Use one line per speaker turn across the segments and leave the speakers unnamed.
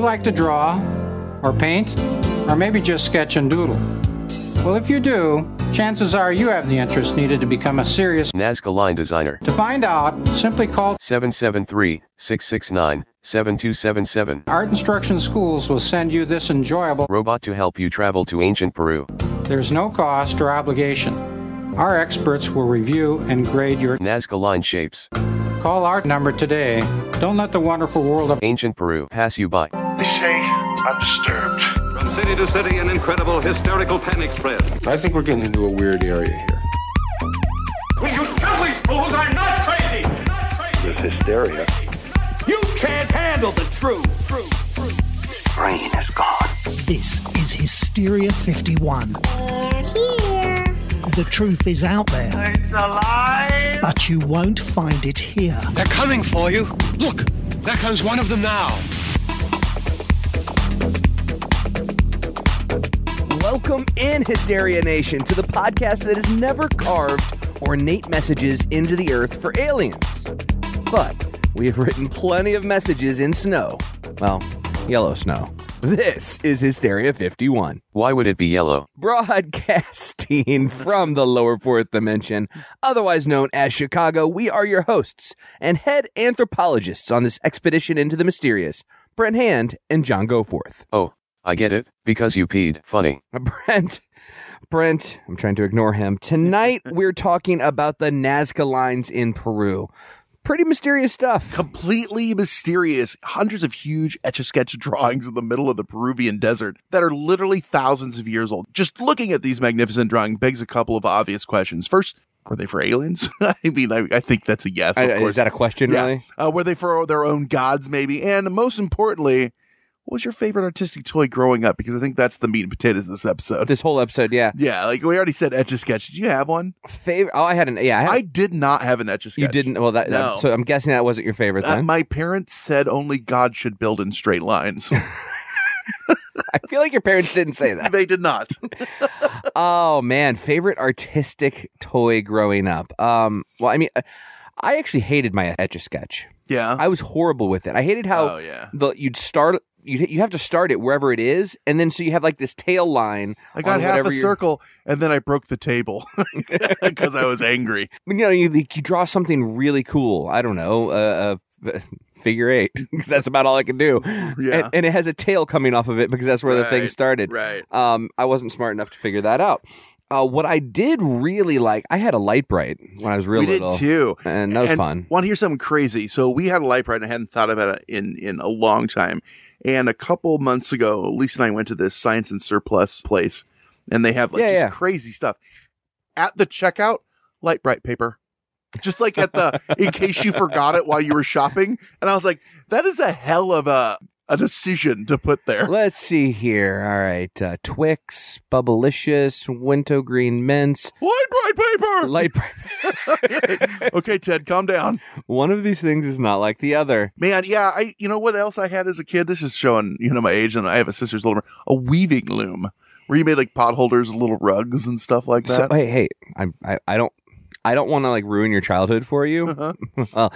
like to draw or paint or maybe just sketch and doodle? Well, if you do, chances are you have the interest needed to become a serious.
Nazca Line Designer.
To find out, simply call
773 669 7277.
Art Instruction Schools will send you this enjoyable.
Robot to help you travel to ancient Peru.
There's no cost or obligation. Our experts will review and grade your.
Nazca Line Shapes.
Call our number today. Don't let the wonderful world of.
Ancient Peru pass you by.
They say I'm disturbed.
From city to city, an incredible hysterical panic spread.
I think we're getting into a weird area here.
Will you tell these fools I'm not crazy? Not crazy.
There's hysteria.
You can't handle the truth. Truth. Truth.
Brain is gone.
This is Hysteria 51. The truth is out there,
It's alive.
but you won't find it here.
They're coming for you. Look, there comes one of them now.
Welcome in, Hysteria Nation, to the podcast that has never carved ornate messages into the earth for aliens. But we have written plenty of messages in snow. Well, yellow snow. This is Hysteria 51
Why would it be yellow?
broadcasting from the lower fourth dimension, otherwise known as Chicago. We are your hosts and head anthropologists on this expedition into the mysterious, Brent Hand and John Goforth.
Oh, I get it, because you peed. Funny.
Brent, Brent, I'm trying to ignore him. Tonight we're talking about the Nazca lines in Peru. Pretty mysterious stuff.
completely mysterious hundreds of huge etch a sketch drawings in the middle of the Peruvian desert that are literally thousands of years old. Just looking at these magnificent drawings begs a couple of obvious questions. First, were they for aliens? I mean, I, I think that's a yes. Of
I-
course.
is that a question,
Yeah.
really?
Uh, were they for their own gods, maybe? And most importantly, what was your favorite artistic toy growing up? Because I think that's the meat and potatoes of this episode.
This whole episode, yeah.
yeah, like we already said, etch a sketch. Did you have one?
Favorite? Oh, I had an. Yeah, I had.
I did not have an etch a sketch.
you didn't. Well, that, that-
No.
So I'm guessing that wasn't your favorite.
Uh,
then.
my parents said only God should build in straight lines.
I feel like your parents didn't say that.
they did not.
Oh man, favorite artistic toy growing up. Um, well, I mean, uh, I actually hated my etch a sketch.
Yeah.
I was horrible with it. I hated how
oh yeah.
the you'd start. You you have to start it wherever it is, and then so you have like this tail line.
I got
on
half
whatever
a
you're-
circle and then I broke the table because I was angry.
I mean, You know, you like, you draw something really cool. I don't know, uh, uh, f- figure eight, because that's about all I can do.
Yeah.
And, and it has a tail coming off of it because that's where the thing
Right,
started.
right.
Um, I wasn't smart enough to figure that out. Uh, what I did really like, I had a light bright when I was real
we
little.
did too.
and that was
and
fun.
Want to hear something crazy? So we had a light ride and I hadn't thought about it in in a long time. And a couple months ago, Lisa and I went to this science and surplus place, and they have like
Yeah,
just
yeah.
crazy stuff at the checkout. Light bright paper. Just like at the in case you forgot it while you were shopping, and I was like, "That is a hell of a a decision to put there."
Let's see here. All right, uh, Twix, Bubblicious, Wintergreen Mints,
Light bright paper.
Light Bright.
okay, Ted, calm down.
One of these things is not like the other.
Man, yeah, I you know what else I had as a kid? This is showing, you know, my age and I have a sister's little a weaving loom where you made like potholders and little rugs and stuff like
So
that.
hey, hey, I, I, I don't. I don't want to like ruin your childhood for you.
Uh-huh.
well,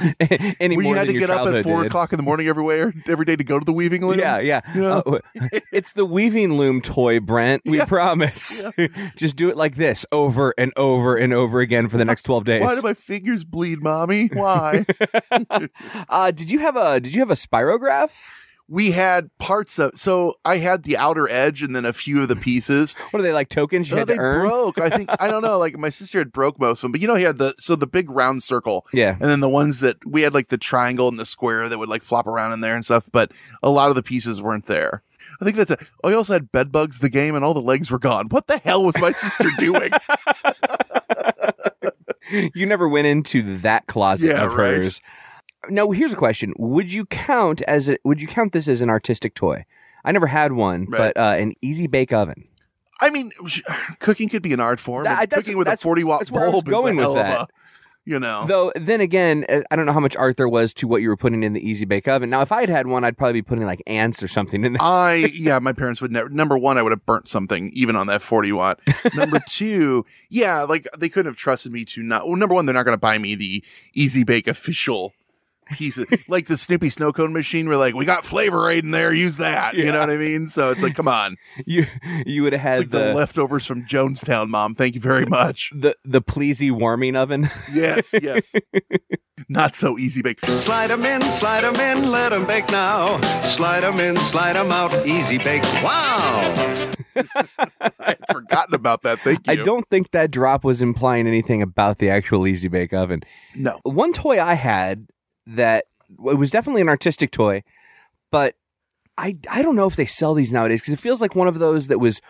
any
Where you
more
had
than
to
your
get up at
childhood
four
did.
o'clock in the morning every way- every day to go to the weaving loom.
Yeah, yeah.
Yeah.
Uh, it's the weaving loom toy, Brent. We
Yeah.
promise. Just do it like this over and over and over again for the next twelve days.
Why do my fingers bleed, mommy? Why?
uh, did you have a Did you have a spirograph?
we had parts of so I had the outer edge and then a few of the pieces.
What are they like tokens you
No,
had
they
to earn?
broke. I think I don't know. Like my sister had broke most of them, but you know he had the so the big round circle
yeah.
and then the ones that we had like the triangle and the square that would like flop around in there and stuff but a lot of the pieces weren't there i think that's it oh you also had bed bugs the game and all the legs were gone what the hell was my sister doing
you never went into that closet
Yeah,
of
right.
hers. Now, here's a question: Would you count as a, Would you count this as an artistic toy? I never had one,
Right.
but uh, an easy bake oven.
i mean sh- cooking could be an art form
That-
and
that's-
cooking with a
that's-
40 watt
that's where I was
bulb
going
is a
with
hell of
that.
a- you know
Though, then again, uh, I don't know how much art there was to what you were putting in the easy bake oven. Now, if I had had one, I'd probably be putting like ants or something in there.
I yeah, my parents would never. Number one, I would have burnt something even on that forty watt. Number two, yeah, like they couldn't have trusted me to not. Well, number one, they're not going to buy me the Easy Bake official piece of like the Snoopy snow cone machine. We're like, we got flavor aid in there. Use that. You know what I mean? So it's like, come on.
You you would have had
It's like the, leftovers from Jonestown, Mom. Thank you very much.
the the pleasy warming oven.
Yes, yes. Not so easy bake.
Slide 'em in, slide 'em in, let 'em bake now. Slide 'em in, slide 'em out, easy bake. Wow!
I'd forgotten about that. Thank you.
I don't think that drop was implying anything about the actual Easy Bake Oven.
No.
One toy I had that it was definitely an artistic toy, but I I don't know if they sell these nowadays because it feels like one of those that was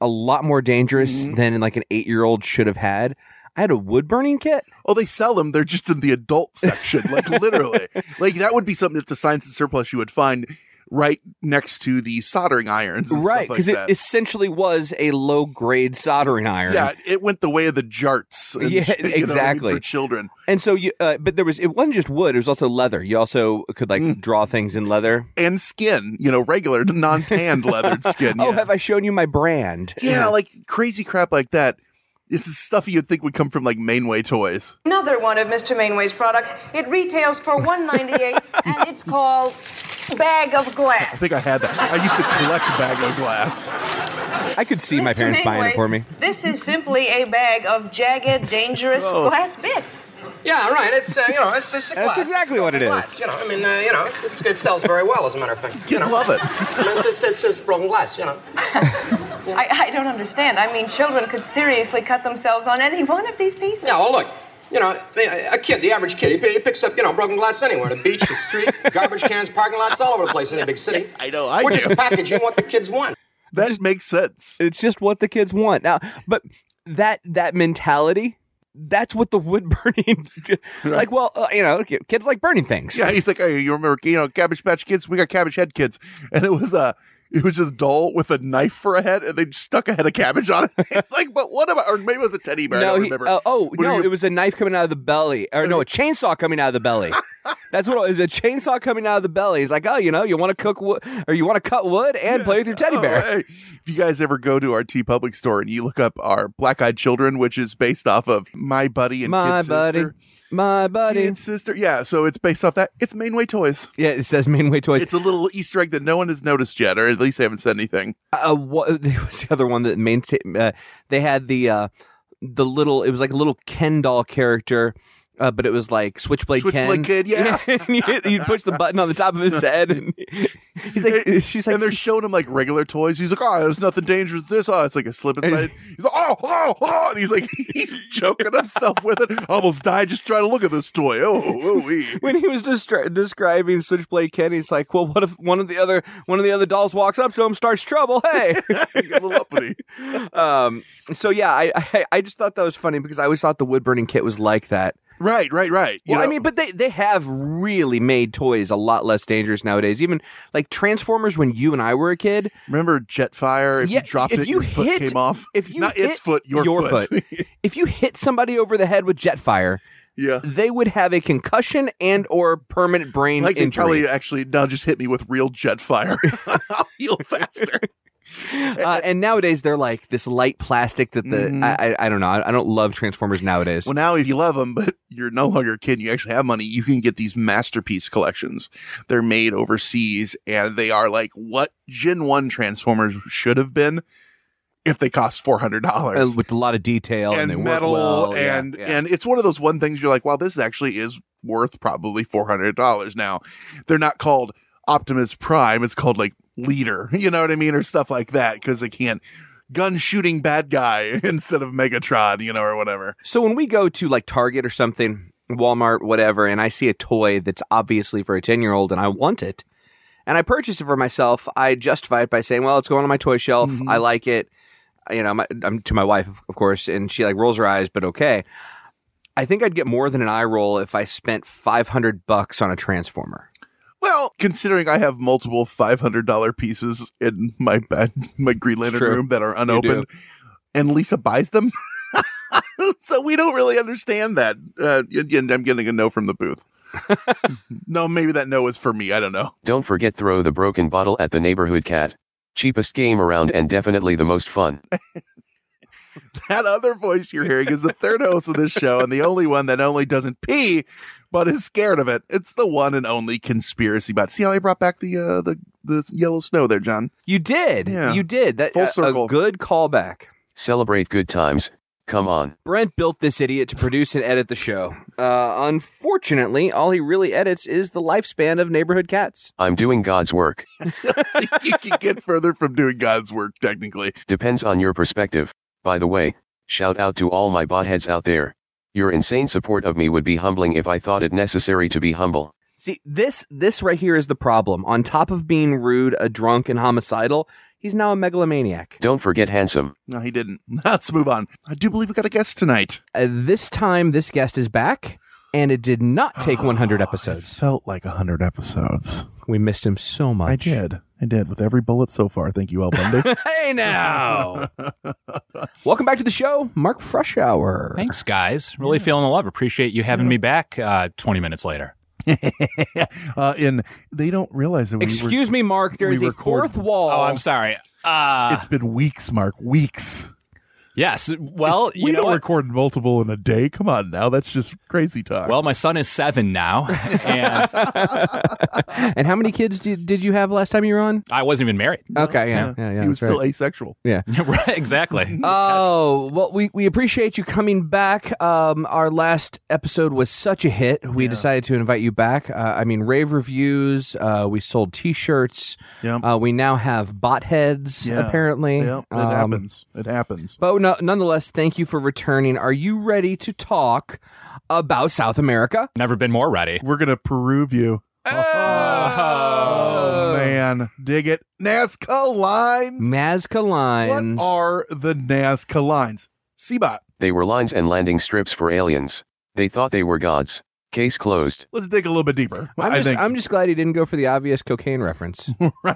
a lot more dangerous
Mm-hmm.
than like an eight year old should have had. I had a wood burning kit.
Oh, they sell them. They're just in the adult section. Like literally, like that would be something that's a science and surplus you would find right next to the soldering irons. And
right,
because
because
like
it
that.
essentially was a low grade soldering iron.
Yeah, it went the way of the jarts. and
Yeah,
shit, you know what I mean,
exactly.
for children.
And so you, uh, but there was it wasn't just wood; it was also leather. You also could like draw things in leather.
Mm. and skin, you know, regular, non tanned leathered skin.
Oh,
yeah.
have I shown you my brand?
yeah, like crazy crap like that. It's the stuff you'd think would come from like Mainway toys.
Another one of Mr. Mainway's products. It retails for $1.98, and it's called Bag of Glass.
I think I had that. I used to collect bag of glass.
I could see my
Mr.
parents buying it
Mainway,
for me.
This is simply a bag of jagged, dangerous
Oh.
glass bits.
Yeah, right. It's uh, you know, it's, it's a
That's
glass.
exactly what it
Glass,
is.
You know, I mean, uh, you know, it's, it sells very well, as a matter of fact.
Kids love it.
You know, it's, it's, it's, it's broken glass. You know.
I, I don't understand. I mean, children could seriously cut themselves on any one of these pieces.
Yeah. Well, look. You know, they- a kid, the average kid, he, p- he picks up, you know, broken glass anywhere, the beach, the street, garbage cans, parking lots, all over the place in a big city.
I know, I
We're
do.
just packaging what the kids want.
That makes sense.
It's just what the kids want now. But that that mentality, that's what the wood burning, like. Well, uh, you know, ki- kids like burning things.
Yeah, he's like, hey, you remember, you know, Cabbage Patch Kids? We got Cabbage Head Kids, and it was uh, it was just doll with a knife for a head, and they just stuck a head of cabbage on it. like, but what about? Or maybe it was a teddy bear. I
No,
don't
he,
remember.
uh, oh
What
no!
are you-
It was a knife coming out of the belly, or no, a chainsaw coming out of the belly. That's what it was. A chainsaw coming out of the belly. It's like, oh, you know, you want to cook wood, or you want to cut wood and play with your teddy
Oh,
bear.
hey. If you guys ever go to our T Public store and you look up our Black Eyed Children, which is based off of My Buddy and
my
Kid
buddy,
Sister.
my buddy.
Kid Sister. Yeah, so it's based off that. It's Mainway Toys.
yeah, it says Mainway Toys.
It's a little Easter egg that no one has noticed yet, or at least they haven't said anything.
uh, what there was the other one that main uh, they had the uh, the little it was like a little Ken doll character. Uh, but it was like Switchblade,
Switchblade
Ken.
Kid, yeah.
and you- you'd push the button on the top of his head, and he's like, she's like,
and they're showing him like regular toys. He's like, oh, there's nothing dangerous with this. Oh, it's like a slip and slide. He's like, oh, oh, oh. And he's like, he's choking himself with it. Almost died just trying to look at this toy. Oh, oh, wee.
when he was destra- describing Switchblade Ken, he's like, well, what if one of the other one of the other dolls walks up to him, starts trouble? Hey,
Get a little uppity.
um, so yeah, I, I I just thought that was funny because I always thought the wood burning kit was like that.
Right, right, right. You
Well, I
know,
mean, but they, they have really made toys a lot less dangerous nowadays. Even like Transformers, when you and I were a kid,
Remember Jetfire? If
Yeah,
you dropped
if
it,
you
your foot
hit-
came off.
if you
not
hit
its foot, your,
your if you hit somebody over the head with Jetfire,
yeah.
they would have a concussion and or permanent brain
Like they
injury.
probably actually now just hit me with real jetfire. I'll heal faster.
Uh, and nowadays, they're like this light plastic that the
Mm-hmm.
I, I I don't know. I, I don't love Transformers nowadays.
Well, now if you love them, but you're no longer a kid, you actually have money, you can get these masterpiece collections. They're made overseas and they are like what Gen 1 Transformers should have been if they cost $400.
Uh, with a lot of detail and,
and,
they
metal
work well. Yeah,
and
yeah.
and it's one of those one things you're like, well, this actually is worth probably four hundred dollars now. They're not called Optimus Prime; it's called like Leader, you know what I mean, or stuff like that because they can't gun shooting bad guy instead of Megatron, you know, or whatever.
So when we go to like Target or something, Walmart, whatever, and I see a toy that's obviously for a 10 year old and I want it and I purchase it for myself, I justify it by saying, well, it's going on my toy shelf. I like it. You know, my, I'm to my wife, of- of course, and she like rolls her eyes, but okay. I think I'd get more than an eye roll if I spent 500 bucks on a transformer.
Well, considering I have multiple five hundred dollar pieces in my bed, my Green Lantern
true.
room that are unopened, and Lisa buys them. so we don't really understand that. Uh, and- and I'm getting a no from the booth. no, maybe that no is for me. I don't know.
Don't forget throw the broken bottle at the neighborhood cat. Cheapest game around and definitely the most fun.
that other voice you're hearing is the third host of this show and the only one that only doesn't pee but is scared of it. It's the one and only conspiracy bot. See how I brought back the uh, the the yellow snow there, John?
You did.
Yeah.
You did. That uh,
Full
a-
circle.
A good callback.
Celebrate good times. Come on.
Brent built this idiot to produce and edit the show. Uh, unfortunately, all he really edits is the lifespan of neighborhood cats.
I'm doing God's work.
you can get further from doing God's work, technically.
Depends on your perspective. By the way, shout out to all my botheads out there. Your insane support of me would be humbling if I thought it necessary to be humble.
See, this this right here is the problem. On top of being rude, a drunk, and homicidal, he's now a megalomaniac.
Don't forget handsome.
No, he didn't. Let's move on. I do believe we got a guest tonight.
Uh, this time, this guest is back, and it did not take 100 episodes.
Felt like a hundred episodes.
We missed him so much.
I did. I did with every bullet so far. Thank you, Al Bundy.
Hey now! Welcome back to the show, Mark Freshour.
Thanks, guys. Really feeling the love. Appreciate you having me back uh, 20 minutes later.
uh, and they don't realize that we
Excuse me, Mark. Ah. There
we
is a
record-
fourth wall.
Oh, I'm sorry. Uh,
It's been weeks, Mark. Weeks.
yes. Well,
we
you know
don't
what?
record multiple in a day. Come on now. That's just crazy talk.
Well, my son is seven now, and
And how many kids did, did you have last time you were on?
I wasn't even married.
Okay, yeah, yeah, yeah.
he was
that's right.
still asexual.
right, exactly.
Oh, well, we, we appreciate you coming back. Um, our last episode was such a hit. We decided to invite you back. Uh, I mean, rave reviews. Uh, we sold t shirts.
Yeah.
Uh, we now have bot heads,
Yeah.
apparently.
Yeah, it
Um,
happens. It happens.
But no, nonetheless, thank you for returning. Are you ready to talk about South America?
Never been more ready.
We're gonna Peru you. Oh man, dig it. Nazca lines.
Nazca lines.
What are the Nazca lines? Seabot.
They were lines and landing strips for aliens. They thought they were gods. Case closed.
Let's dig a little bit deeper.
I'm
I
just,
think.
I'm just glad he didn't go for the obvious cocaine reference.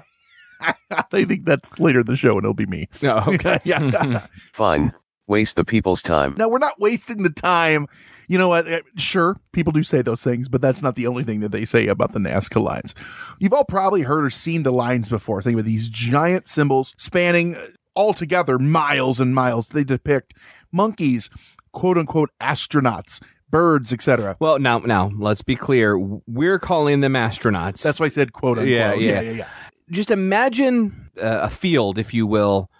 I think that's later in the show, and it'll be me.
no,
yeah.
Fine. Waste the people's time.
No, we're not wasting the time. You know what? Uh, Sure, people do say those things, but that's not the only thing that they say about the Nazca lines. You've all probably heard or seen the lines before. Think about these giant symbols spanning uh, altogether miles and miles. They depict monkeys, quote unquote astronauts, birds, etc.
Well, now, now let's be clear. We're calling them astronauts.
That's why I said quote unquote.
Yeah, yeah.
yeah, yeah.
Just imagine uh, a field, if you will,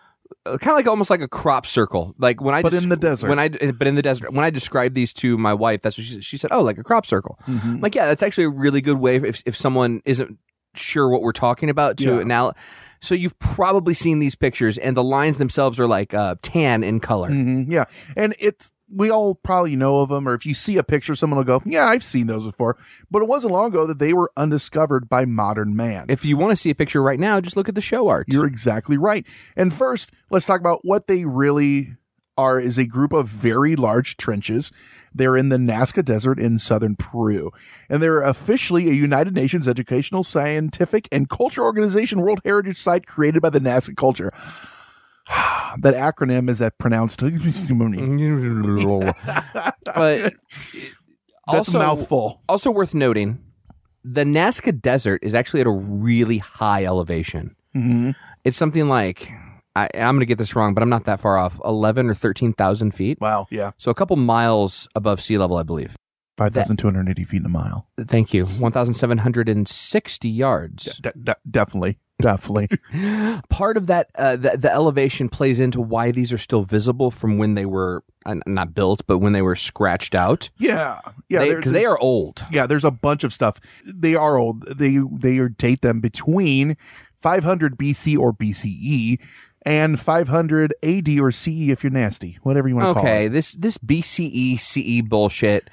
uh, kind of like almost like a crop circle. Like when I,
But
desc-
in the desert.
When I, but in the desert. When I described these to my wife, that's what she, she said. Oh, like a crop circle.
Mhm.
Like, yeah, that's actually a really good way if if someone isn't sure what we're talking about to
Yeah.
now. So you've probably seen these pictures, and the lines themselves are like uh, tan in color.
Mhm, yeah, and it's we all probably know of them, or if you see a picture, someone will go, "Yeah, I've seen those before." But it wasn't long ago that they were undiscovered by modern man.
If you want to see a picture right now, just look at the show art.
You're exactly right. And first, let's talk about what they really are is a group of very large trenches. They're in the Nazca Desert in southern Peru. And they're officially a United Nations educational, scientific, and cultural organization World Heritage Site created by the Nazca culture. that acronym is that pronounced
but
That's
also
a mouthful.
Also worth noting, the Nazca Desert is actually at a really high elevation.
Mhm.
It's something like I, I'm going to get this wrong, but I'm not that far off. Eleven or thirteen thousand feet.
Wow. Yeah.
So a couple miles above sea level, I believe.
5,280 feet in a mile.
Thank you. One thousand seven hundred and sixty yards.
De- de- definitely. Definitely.
Part of that, uh, the, the elevation plays into why these are still visible from when they were uh, not built, but when they were scratched out.
yeah. Yeah. there-
because they are old.
Yeah, there's a bunch of stuff. They are old. They they are- date them between 500 BC or BCE and 500 AD or CE if you're nasty, whatever you want to
Okay,
call it.
this this BCE CE E bullshit.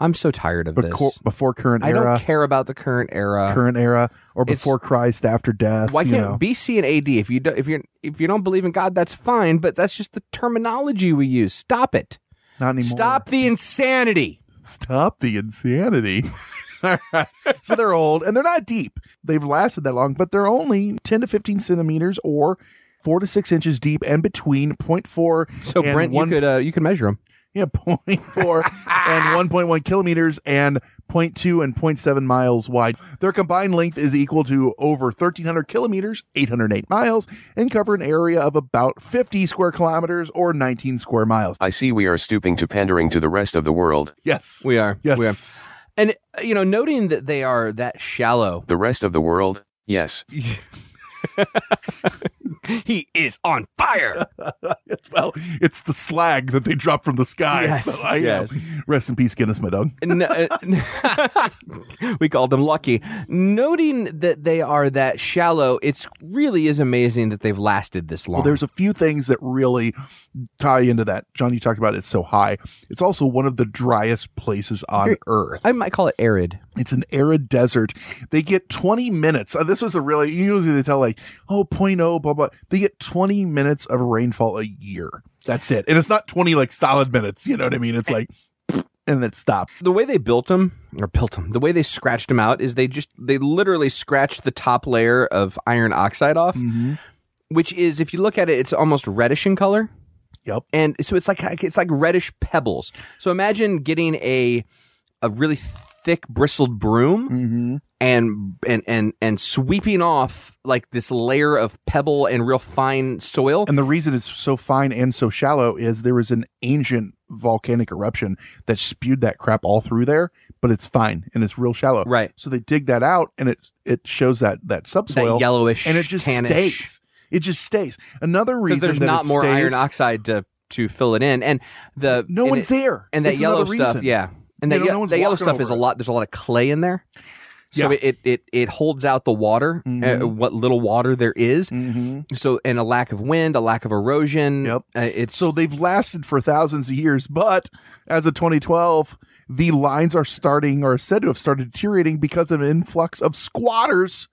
I'm so tired of
Before,
this.
before current
I
era,
don't care about the current era.
current era, or
It's-
before Christ, after death.
Why
you
can't
know.
BC and AD? If you do, if you if you don't believe in God, that's fine. But that's just the terminology we use. Stop it.
Not anymore.
Stop the insanity.
Stop the insanity. All right. so they're old and they're not deep. They've lasted that long, but they're only 10 to 15 centimeters or four to six inches deep and between 0.4
So
and
Brent,
one
you could uh, you could measure them.
Yeah, 0.4 and 1.1 kilometers and 0.2 and 0.7 miles wide. Their combined length is equal to over 1,300 kilometers, 808 miles, and cover an area of about 50 square kilometers or 19 square miles.
I see we are stooping to pandering to the rest of the world.
Yes.
We are.
Yes.
We are. And, uh, you know, noting that they are that shallow.
The rest of the world? Yes.
he is on fire.
well, it's the slag that they drop from the sky.
Yes,
So I,
yes.
Rest in peace, Guinness, my dog.
N- uh, we called them lucky. Noting that they are that shallow, it's really is amazing that they've lasted this long.
Well, there's a few things that really tie into that. John, you talked about it's so high. It's also one of the driest places on
Very-
Earth.
I might call it arid.
It's an arid desert. They get 20 minutes. Uh, this was a really, usually they tell like, oh, 0.0, blah, blah. They get 20 minutes of rainfall a year. That's it. And it's not 20 like solid minutes. You know what I mean? It's
Eh,
like, and it stops.
The way they built them, or built them, the way they scratched them out is they just, they literally scratched the top layer of iron oxide off,
Mm-hmm.
which is, if you look at it, it's almost reddish in color.
Yep.
And so it's like, it's like reddish pebbles. So imagine getting a, a really thick bristled broom
Mm-hmm.
and, and, and, and sweeping off like this layer of pebble and real fine soil.
And the reason it's so fine and so shallow is there was an ancient volcanic eruption that spewed that crap all through there, but it's fine and it's real shallow.
Right.
So they dig that out and it it shows that that subsoil
yellowish,
and it just
tannish.
stays. It just stays. Another reason
because there's
that
not
it
more
stays-
iron oxide to to fill it in, and the
No
and
one's
it-
there.
and that
It's
yellow
another
stuff,
reason.
yeah, and
You
that,
know,
ye-
no one's
that yellow
walking
stuff is
over it.
a lot. There's a lot of clay in there, so
Yeah. Mm-hmm.
it, it it holds out the water, uh, what little water there is. So, and a lack of wind, a lack of erosion. Yep, uh, it's
So they've lasted for thousands of years, but as of 2012, the lines are starting or are said to have started deteriorating because of an influx of squatters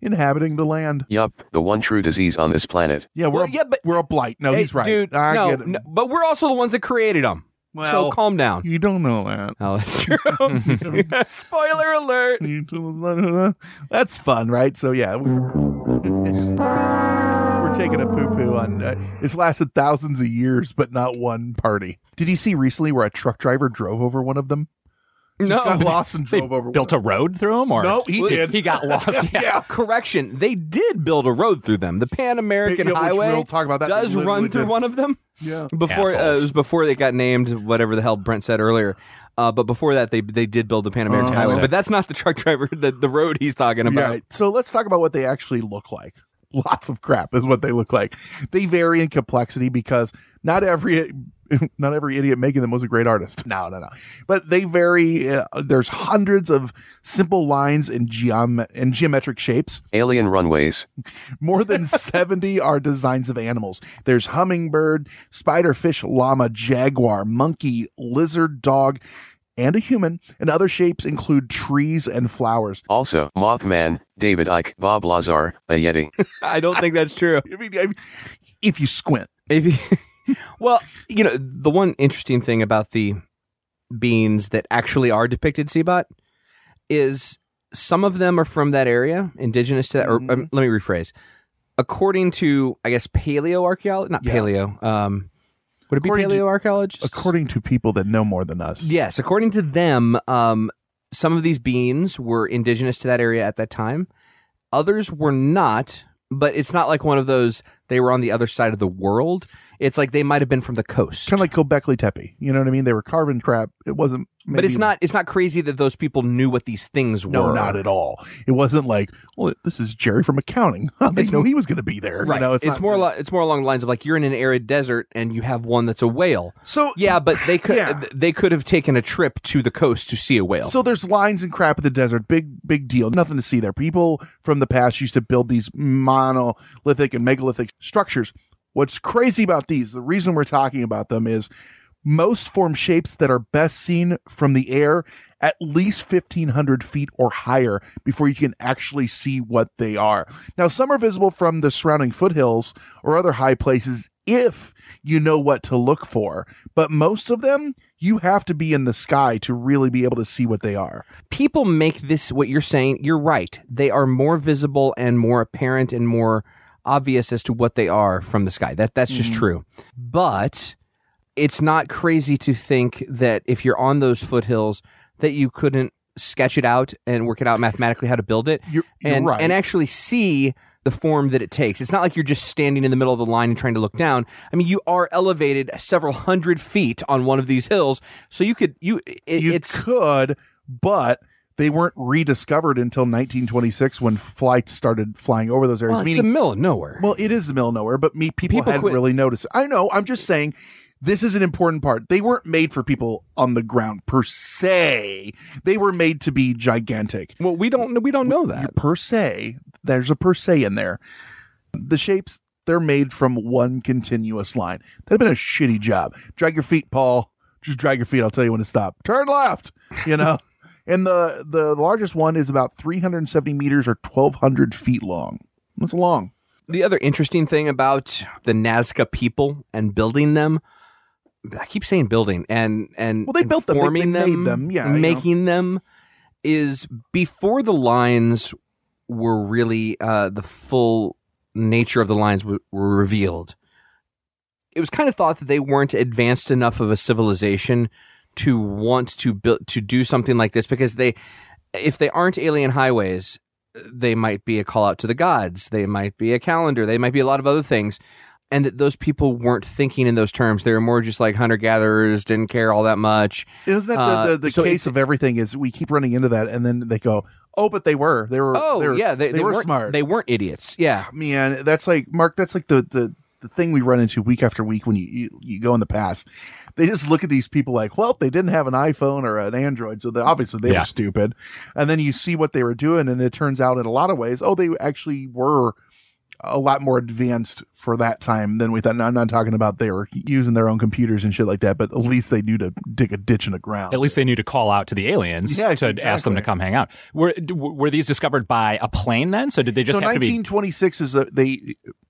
inhabiting the land.
Yup, the one true disease on this planet.
Yeah, we're
Well,
a,
yeah, but-
we're a blight. No,
Hey,
he's right.
dude.
I
no,
get it.
no, but we're also the ones that created them. so
Well,
calm down.
You don't know that.
Oh, that's true. Spoiler alert.
You don't- That's fun, right? So yeah, we're taking a poo poo on. Uh, it's lasted thousands of years, but not one party. Did you see recently where a truck driver drove over one of them?
No.
Just got lost and
They
drove over.
built a road through him, or
No, he did.
He got lost. Yeah.
yeah.
Correction, they did build a road through them. The Pan American
Yeah, which
Highway
we'll talk about that. They
does
literally
run through
did.
one of them.
Yeah.
Before uh, it
Assholes.
was before they got named whatever the hell Brent said earlier. Uh, but before that, they they did build the Pan
Oh,
American Highway. But that's not the truck driver, the, the road he's talking about.
Right. So let's talk about what they actually look like. Lots of crap is what they look like. They vary in complexity because not every not every idiot making them was a great artist. No, no, no. But they vary. Uh, there's hundreds of simple lines and geom and geometric shapes.
Alien runways.
More than 70 are designs of animals. There's hummingbird, spiderfish, llama, jaguar, monkey, lizard, dog, and a human. And other shapes include trees and flowers.
Also, Mothman, David Icke, Bob Lazar, a Yeti.
I don't think that's true.
I mean, I mean if you squint.
If you- well, you know, the one interesting thing about the beings that actually are depicted Seabot is some of them are from that area, indigenous to that. Or um,
Mm-hmm.
let me rephrase. According to, I guess, paleo archaeology, not
Yeah.
paleo. Um, would it be
According to-
paleo archaeologists?
according to people that know more than us.
yes, according to them, um, some of these beings were indigenous to that area at that time. Others were not, but it's not like one of those they were on the other side of the world. It's like they might have been from the coast.
Kind of like Gobekli Tepe. You know what I mean? They were carving crap. It wasn't.
but it's
maybe-
not it's not crazy that those people knew what these things were.
No, not at all. It wasn't like, well, this is Jerry from accounting. they
It's-
know he was going to be there.
Right.
You know,
it's
not-
more li- it's more along the lines of like you're in an arid desert and you have one that's a whale.
So
Yeah, but they could
Yeah.
th- they could have taken a trip to the coast to see a whale.
So there's lines and crap in the desert. Big, big deal. Nothing to see there. People from the past used to build these monolithic and megalithic structures. What's crazy about these, the reason we're talking about them is most form shapes that are best seen from the air at least 1500 feet or higher before you can actually see what they are. Now, some are visible from the surrounding foothills or other high places if you know what to look for, but most of them you have to be in the sky to really be able to see what they are.
people make this what you're saying you're right they are more visible and more apparent and
Mm-hmm.
more obvious as to what they are from the sky that that's just true but it's not crazy to think that if you're on those foothills that you couldn't sketch it out and work it out mathematically how to build it
you're
and
right.
and actually see the form that it takes. It's not like you're just standing in the middle of the line and trying to look down. I mean, you are elevated several hundred feet on one of these hills, so you could you it,
you
it's
could, but they weren't rediscovered until 1926 when flights started flying over those areas.
Well, it's the middle of nowhere.
Well, it is the middle of nowhere, but me people,
People
hadn't
quit-
really noticed. I know. I'm just saying. This is an important part. They weren't made for people on the ground per se. They were made to be gigantic.
Well, we don't we don't know that
per se. There's a per se in there. The shapes they're made from one continuous line. That'd have been a shitty job. Drag your feet, Paul. Just drag your feet. I'll tell you when to stop. Turn left. You know. and the the largest one is about 370 meters or 1,200 feet long. That's long.
the other interesting thing about the Nazca people and building them, I keep saying building and and
Well, they built them. They-
forming
they made them. Yeah, you know.
making them is before the lines were really uh, the full nature of the lines w- were revealed. It was kind of thought that they weren't advanced enough of a civilization to want to build to do something like this because they, if they aren't alien highways, they might be a call out to the gods. They might be a calendar. They might be a lot of other things. And that those people weren't thinking in those terms. They were more just like hunter gatherers, didn't care all that much.
Isn't that the,
Uh,
the, the
so
case of everything? Is we keep running into that, and then they go, "Oh, but they were. They were.
Oh,
they were,
yeah, they, they
were
weren't-
smart.
They weren't idiots. Yeah,
"Ah, man, that's like Mark. That's like the the the thing we run into week after week when you, you you go in the past. They just look at these people like, well, they didn't have an iPhone or an Android, so they, obviously they
Yeah.
were stupid. And then you see what they were doing, and it turns out in a lot of ways, oh, they actually were a lot more advanced for that time than we thought. And I'm not talking about they were using their own computers and shit like that, but at least they knew to dig a ditch in the ground.
At least they knew to call out to the aliens
Yeah,
to ask them to come hang out. Were d- were these discovered by a plane then? So did they just
so
have to be?
1926 is a they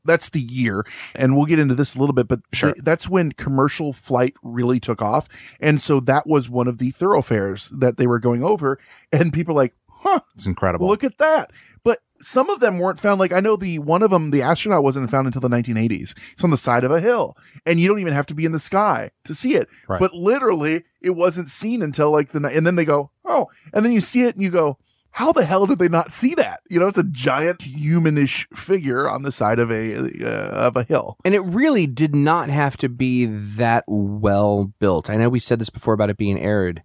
that's the year and we'll get into this a little bit but sure. that's when commercial flight really took off and so that was one of the thoroughfares that they were going over and people were like huh
It's incredible.
look at that but some of them weren't found like i know the one of them the astronaut wasn't found until the 1980s it's on the side of a hill and you don't even have to be in the sky to see it
Right.
but literally it wasn't seen until like the ni- and then they go oh and then you see it and you go how the hell did they not see that you know it's a giant humanish figure on the side of a uh, of a hill
And it really did not have to be that well built. I know we said this before about it being arid.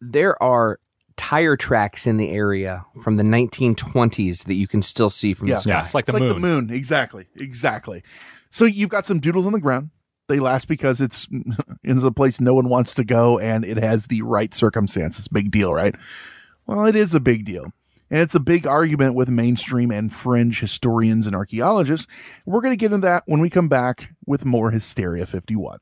There are tire tracks in the area from the 1920s that you can still see from the sky.
the moon. Exactly. Exactly. So you've got some doodles on the ground. They last because it's in a place no one wants to go and it has the right circumstances. Big deal, right? Well, it is a big deal. And it's a big argument with mainstream and fringe historians and archaeologists. We're going to get into that when we come back with more Hysteria 51.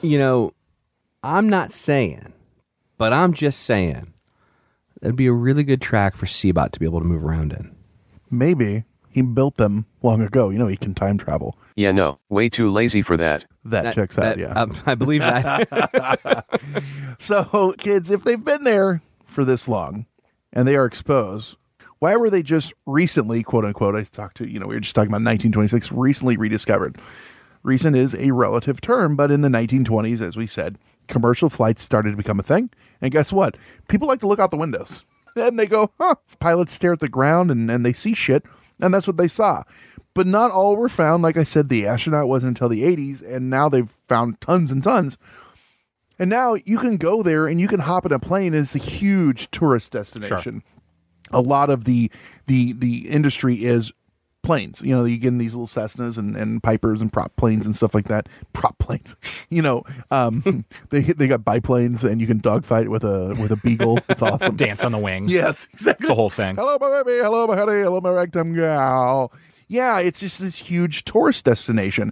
You know, I'm not saying, but I'm just saying that'd be a really good track for Seabot to be able to move around in.
Maybe he built them long ago. You know, he can time travel.
Yeah, no, way too lazy for that.
That, checks out. yeah.
um, I believe that.
so, kids, if they've been there for this long and they are exposed, why were they just recently, quote unquote, I talked to, you know, we were just talking about 1926, recently rediscovered? Recent is a relative term, but in the 1920s, as we said, commercial flights started to become a thing. And guess what? People like to look out the windows and they go, huh. Pilots stare at the ground and, and they see shit. And that's what they saw. But not all were found. Like I said, the astronaut wasn't until the 80s, and now they've found tons and tons. And now you can go there and you can hop in a plane. And it's a huge tourist destination. A lot of the the the industry is planes. You know, you get in these little Cessnas and, and Pipers and prop planes and stuff like that. Prop planes. You know, um, they they got biplanes and you can dogfight with a with a beagle. It's awesome.
Dance on the wing.
Yes, exactly.
It's a whole thing.
Hello, my baby. Hello, my honey. Hello, my rectum gal. Yeah, it's just this huge tourist destination.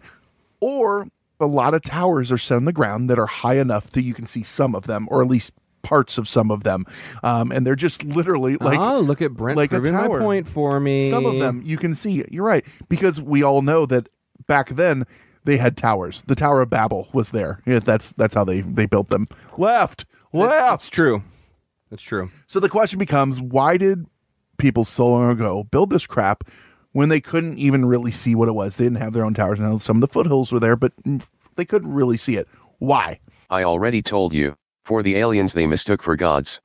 Or a lot of towers are set on the ground that are high enough that you can see some of them, or at least parts of some of them. Um, and they're just literally like,
oh, look at Brent
like a
proving my
tower.
point for me.
Some of them you can see. You're right because we all know that back then they had towers. The Tower of Babel was there. Yeah, that's that's how they they built them. Left, left. That's
true. That's true.
So the question becomes: Why did people so long ago build this crap when they couldn't even really see what it was? They didn't have their own towers. Now some of the foothills were there, but mm, they couldn't really see it. Why?
I already told you. For the aliens they mistook for gods.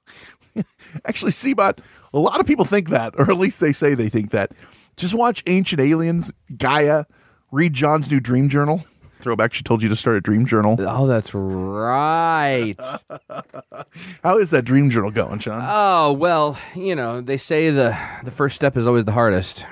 Actually, Seabot, a lot of people think that, or at least they say they think that. Just watch Ancient Aliens, Gaia, read John's new dream journal. Throwback. She told you to start a dream journal.
Oh, that's right.
How is that dream journal going, Sean?
Oh well, you know they say the the first step is always the hardest.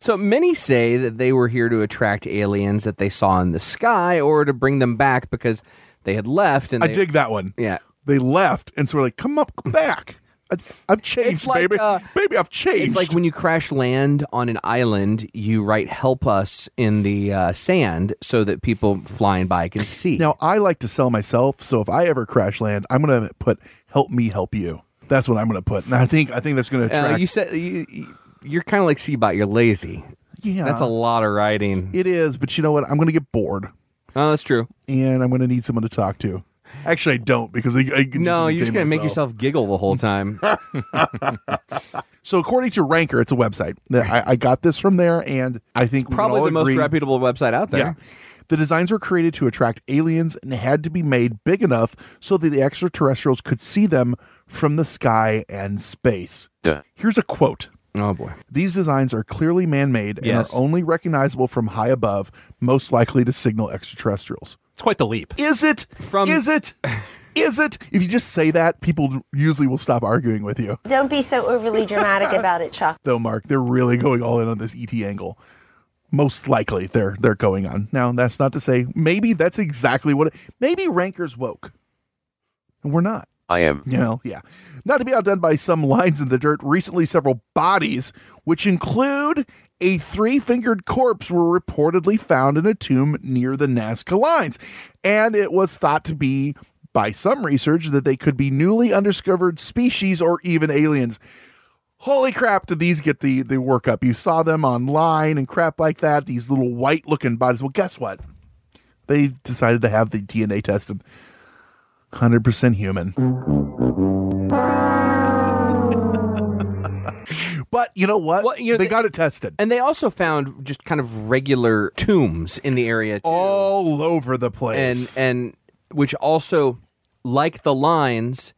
so many say that they were here to attract aliens that they saw in the sky, or to bring them back because they had left. And
I
they-
dig that one.
Yeah,
they left, and so we're like, "Come up, come back." I, I've changed,
It's like,
baby.
uh,
baby, I've changed.
It's like when you crash land on an island, you write "Help us" in the uh, sand so that people flying by can see.
now I like to sell myself, so if I ever crash land, I'm gonna put "Help me, help you." That's what I'm gonna put, and I think I think that's gonna
Uh,
attract.
you said you, you- you're kind of like Seabot. You're lazy.
Yeah.
that's a lot of writing.
it is, but you know what? I'm gonna get bored,
Oh, that's true.
and I'm gonna need someone to talk to. Actually, I don't because I, I can
No, you're just
entertain
gonna make
myself.
yourself giggle the whole time.
So according to Ranker, it's a website. I, I got this from there, and I think we can
Probably
all
the most
agree-
reputable website out there.
Yeah. The designs were created to attract aliens and had to be made big enough so that the extraterrestrials could see them from the sky and space.
Duh.
Here's a quote.
Oh boy.
These designs are clearly man-made
Yes.
and are only recognizable from high above, most likely to signal extraterrestrials.
It's quite the leap.
Is it? From is it? Is it? If you just say that, people usually will stop arguing with you.
Don't be so overly dramatic about it, Chuck.
though, Mark. They're really going all in on this ET angle. Most likely, they're they're going on. Now, that's not to say maybe that's exactly what. It, maybe Ranker's woke, and we're not.
I am.
You know, yeah. Not to be outdone by some lines in the dirt. Recently, several bodies, which include a three-fingered corpse, were reportedly found in a tomb near the Nazca lines, and it was thought to be by some research that they could be newly undiscovered species or even aliens holy crap did these get the the workup you saw them online and crap like that these little white looking bodies well guess what they decided to have the dna tested 100% human but you know what they, got it tested
and they also found just kind of regular tombs in the area too.
all over the place
and and which also like the lines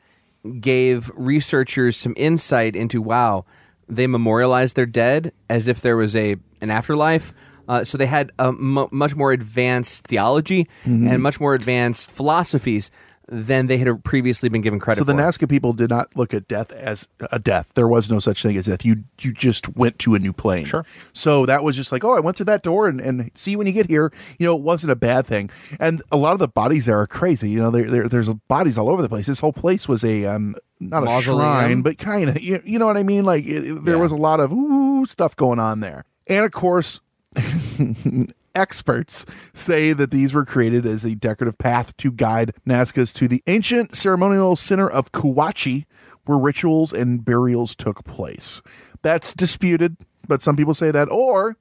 gave researchers some insight into wow they memorialized their dead as if there was a an afterlife uh, so they had a mu much more advanced theology
Mhm.
and much more advanced philosophies than they had previously been given credit
so the
for.
nazca people did not look at death as a death there was no such thing as death you you just went to a new plane sure so that was just like oh i went to that door and, and see you when you get here you know it wasn't a bad thing and a lot of the bodies there are crazy you know there, there there's bodies all over the place this whole place was a um not a
Mausoleum.
shrine but kind of you, you know what i mean like it, it- there was a lot of ooh stuff going on there and of course Experts say that these were created as a decorative path to guide Nazcas to the ancient ceremonial center of Kuwachi, where rituals and burials took place. That's disputed, but some people say that, or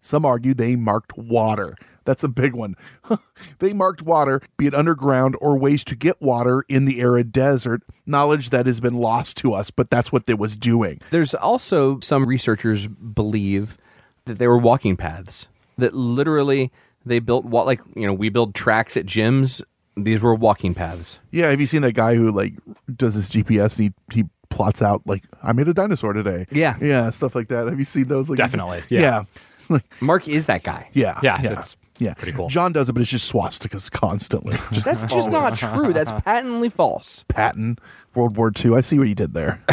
some argue they marked water. That's a big one. they marked water, be it underground or ways to get water in the arid desert, knowledge that has been lost to us, but that's what they was doing.
There's also some researchers believe that they were walking paths that literally they built wa- like you know we build tracks at gyms. These were walking paths.
Yeah, have you seen that guy who like does his GPS and he he plots out like I made a dinosaur today.
Yeah.
yeah, stuff like that. Have you seen those? Like,
Definitely,
Yeah.
yeah.
Mark is that guy.
Yeah,
Yeah,
yeah,
that's
yeah.
pretty cool.
John does it, but it's just swastikas constantly. Just
That's just
always.
not true. That's patently false.
Patton, World War II. I see what you did there.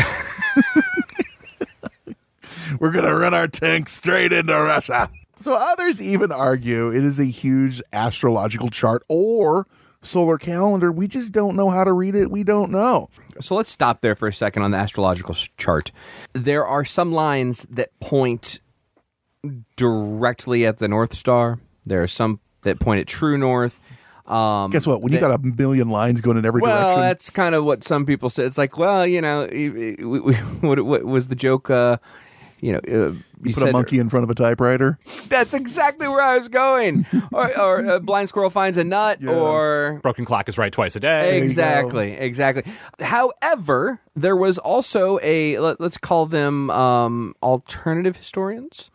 We're gonna run our tank straight into Russia. So others even argue it is a huge astrological chart or solar calendar. We just don't know how to read it. We don't know.
So let's stop there for a second on the astrological s- chart. There are some lines that point directly at the North Star. There are some that point at true north. Um,
Guess what? When you
that-
got a million lines going in every
well, uh,
direction,
that's kind of what some people say. It's like, well, you know, we, we, what, what was the joke? Uh, you know, uh, you,
you put
said
a monkey in front of a typewriter.
That's exactly where I was going. or or a blind squirrel finds a nut, or
broken clock is right twice a day.
Exactly, exactly. However, there was also a let, us call them um, alternative historians.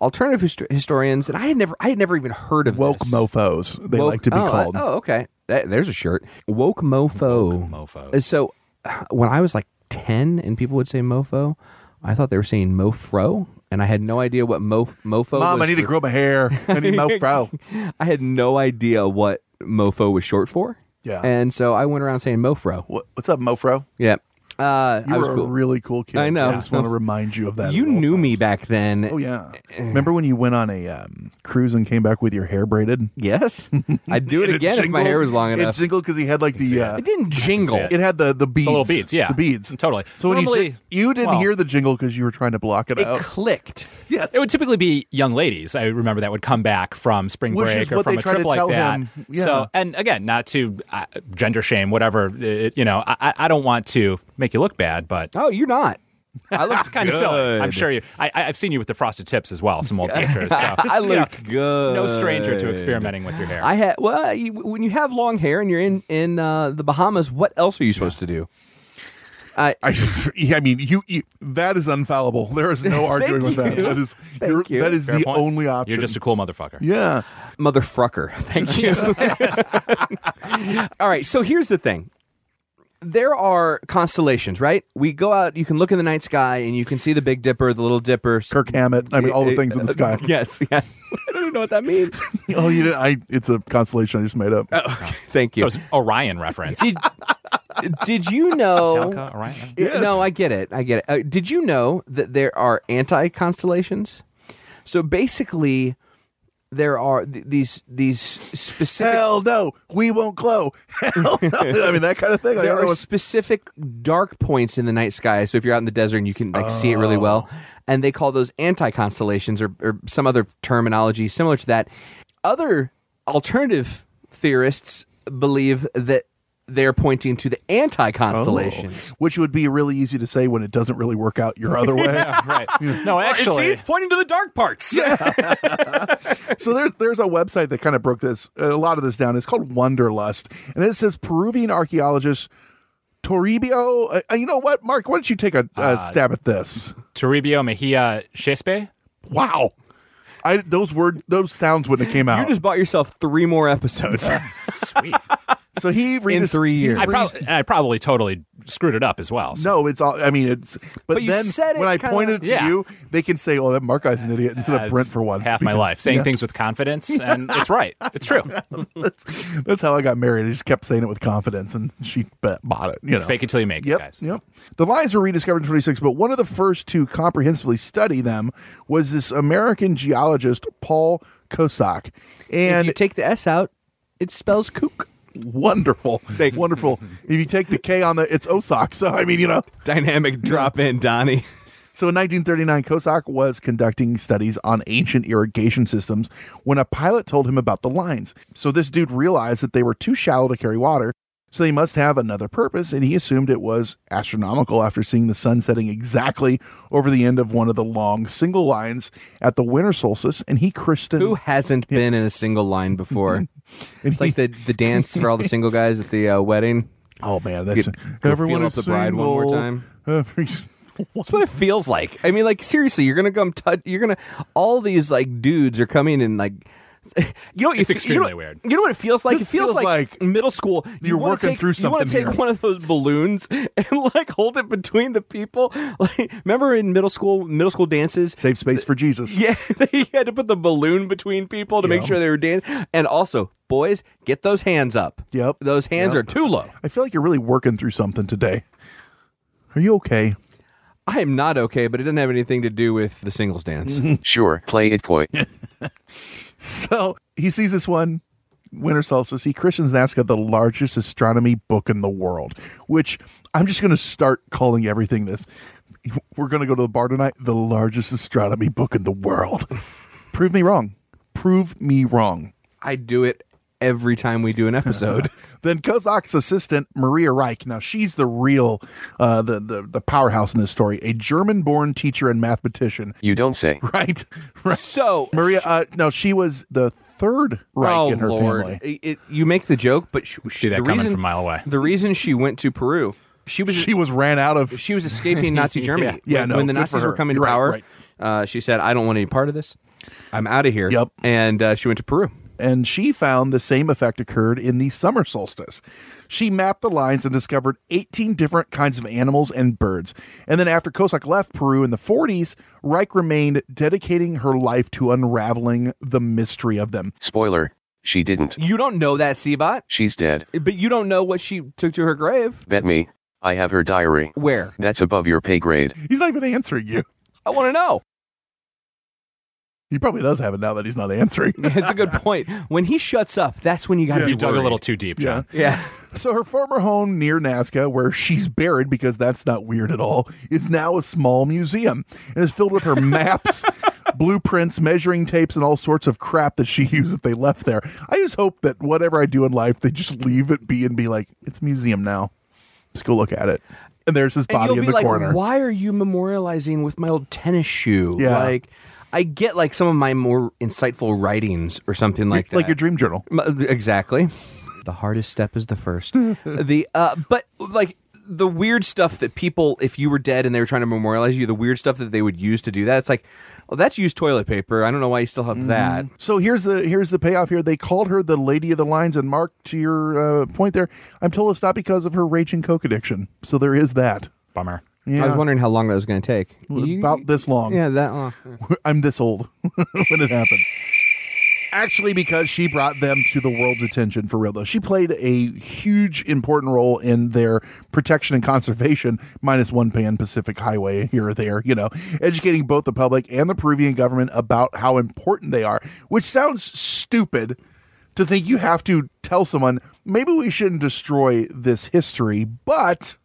Alternative histo- historians, and I had never, I had never even heard of woke
mofos. They like to be called.
Oh, okay. That- there's a shirt. Woke mofo. mofo. So uh, when I was like ten, and people would say mofo, I thought they were saying mofro, and I had no idea what mo- mofo.
Mom,
was
I need to grow my hair. I need mofro.
I had no idea what mofo was short for.
Yeah.
and so I went around saying mofro.
What, what's up, mofro?
Yeah, uh,
You
I was
were
cool.
a really cool kid.
I know.
I just want to remind you of that.
You knew me back then. eh,
Oh yeah. Remember when you went on a um, cruise and came back with your hair braided?
Yes. I'd do it
And
again if my
jingled.
hair was long enough.
It jingled because he had like the. Uh,
It didn't jingle.
It had the the beads.
little beads, yeah.
The beads.
Totally.
So when you,
Normally-
jing- you didn't
well-
hear the jingle because you were trying to block it,
It
out.
clicked.
Yes.
It would typically be young ladies. I remember that would come back from spring
Which
break
is
or
what
from
they
a
try to
trip like
tell
that.
him. Yeah.
So, and again, not to uh, gender shame, whatever. uh, It, you know, I, I- I don't want to make you look bad, but
oh, you're not. I looked
kind of silly. I'm
good.
sure you. I, I- I've seen you with the frosted tips as well. Some old pictures. So,
I
you know,
looked good.
No stranger to experimenting with your hair.
I had well, you, when you have long hair and you're in in uh, the Bahamas, what else are you supposed to do? I,
I, yeah, I mean, you, you that is unfallible. There is no arguing with that.
you.
That is
Thank
you're-
you.
that is
Fair
the
point.
only option.
You're just a cool motherfucker.
yeah,
motherfucker. Thank you. All right, so here's the thing. There are constellations, right? We go out, you can look in the night sky and you can see the Big Dipper, the Little Dipper. uh,
Kirk Hammett. I mean, all the things in the sky.
Yes, yeah. I don't even know what that means. Oh,
oh, you didn't. I. It's a constellation I just made up.
Thank you.
Oh, That was an Orion reference.
Did, did you know?
Talca, Orion.
Yeah, No, I get it. I get it. Uh, did you know that there are anti constellations? So basically, there are th- these these specific.
Hell no, we won't glow. Hell no. I mean, that kind of thing. I
there
don't know
are
what's-
specific dark points in the night sky. So if you're out in the desert and you can like see it really well,
Oh.
and they call those anti constellations or, or some other terminology similar to that. Other alternative theorists believe that they're pointing to the anti constellations.
Oh, which would be really easy to say when it doesn't really work out your other way.
Yeah, right. No, actually,
pointing to the dark parts.
So there's there's a website that kind of broke this a lot of this down. It's called Wonderlust, and it says Peruvian archaeologist Toribio. Uh, you know what, Mark? Why don't you take a, a stab at this?
Uh, Toribio Mejia Chespe.
Wow, I those word those sounds wouldn't have came
You
out.
just bought yourself three more episodes
Sweet.
so he
in
redis-
three years.
I, prob- and I probably totally screwed it up as well. So.
No, it's all. I mean, it's. But,
But you
then
said it
when I
kinda-
pointed it to
Yeah.
you, they can say, "Oh, that Mark guy's an idiot," instead
Uh,
of Brent
it's
for once.
Half my
because-
life, saying
Yeah.
things with confidence, and it's right. It's true.
That's, that's how I got married. I just kept saying it with confidence, and she bet, bought it. You know,
Fake it till you make
Yep,
it, guys.
yep. The lions were rediscovered in 26, but one of the first to comprehensively study them was this American geologist Paul Kosak,
If you
and
take the S out, it spells kook.
wonderful, wonderful. if you take the K on the, it's Osak. So I mean, you know.
Dynamic drop in, Donnie.
So in 1939, Kosak was conducting studies on ancient irrigation systems when a pilot told him about the lines. So this dude realized that they were too shallow to carry water, so they must have another purpose, and he assumed it was astronomical after seeing the sun setting exactly over the end of one of the long single lines at the winter solstice, and he christened
Who hasn't been in a single line before? it's like the, the dance for all the single guys at the uh, wedding.
Oh man, that's
Go- go feel up the bride one more
single.
time.
Every-
That's what it feels like. I mean, like seriously, you're gonna come touch. You're gonna all these like dudes are coming and like. You know, what you
It's
fe- you know
extremely
what-
weird.
You know what it feels like?
This
it feels,
feels
like,
like
middle school. You
you're
wanna
working
take-
through
You wanna
something
take
here.
one of those balloons and like hold it between the people. Like, remember in middle school, middle school dances,
Save space for Jesus.
Yeah, they had to put the balloon between people to make
Yeah.
sure they were dancing. And also, boys, get those hands up.
Yep.
Those hands
Yep.
are too low.
I feel like you're really working through something today. Are you okay?
I am not okay, but it doesn't have anything to do with the singles dance.
Sure, play it coy.
So he sees this one winter solstice. He christens Nazca the largest astronomy book in the world, which I'm just going to start calling everything this. We're going to go to the bar tonight. The largest astronomy book in the world. Prove me wrong. Prove me wrong.
I do it every time we do an episode.
Then Kozak's assistant Maria Reich. Now she's the real, uh, the, the the powerhouse in this story. A German-born teacher and mathematician.
You don't say.
Right, right.
so,
Maria. Uh, no, she was the third Reich
oh
in her
Lord,
family.
It- it- you make the joke, but sh-
See that
the
coming
reason
from a mile away.
the reason she went to Peru, she was
She was ran out of
she was escaping Nazi Germany.
Yeah,
when,
no,
when the
good for
Nazis were
her.
coming to
You're right,
power,
right.
uh, she said, "I don't want any part of this. I'm out of here."
Yep.
and uh, she went to Peru.
and she found the same effect occurred in the summer solstice. She mapped the lines and discovered 18 different kinds of animals and birds. And then after Cossack left Peru in the 40s, Reich remained dedicating her life to unraveling the mystery of them.
Spoiler, she didn't.
You don't know that, Seabot.
She's dead.
But you don't know what she took to her grave.
Bet me, I have her diary.
Where?
That's above your pay grade.
He's not even answering you.
I want to know.
He probably does have it now that he's not answering.
It's a good point. When he shuts up, that's when you got to
Yeah.
be
You dug a
worried.
little too deep, John.
Yeah.
So her former home near Nazca, where she's buried because that's not weird at all, is now a small museum and is filled with her maps, blueprints, measuring tapes, and all sorts of crap that she used that they left there. I just hope that whatever I do in life, they just leave it be and be like, it's a museum now. Let's go look at it. And there's his
and
body
you'll
in
be
the
like,
corner.
why are you memorializing with my old tennis shoe?
Yeah.
Like, I get like some of my more insightful writings or something like that.
Like your dream journal.
M- uh, Exactly. the hardest step is the first. the uh, but like the weird stuff that people, if you were dead and they were trying to memorialize you, the weird stuff that they would use to do that. It's like, well, that's used toilet paper. I don't know why you still
Mm-hmm.
have that.
So here's the here's the payoff here. They called her the Lady of the Lines, and Mark, to your uh, point there, I'm told it's not because of her raging coke addiction. So there is that.
Bummer.
Yeah.
I was wondering how long that was going to take.
About this long.
Yeah, that long.
I'm this old when it happened. Actually, because she brought them to the world's attention for real, though. She played a huge, important role in their protection and conservation, minus one pan Pacific Highway here or there, you know, educating both the public and the Peruvian government about how important they are, which sounds stupid to think you have to tell someone, maybe we shouldn't destroy this history, but.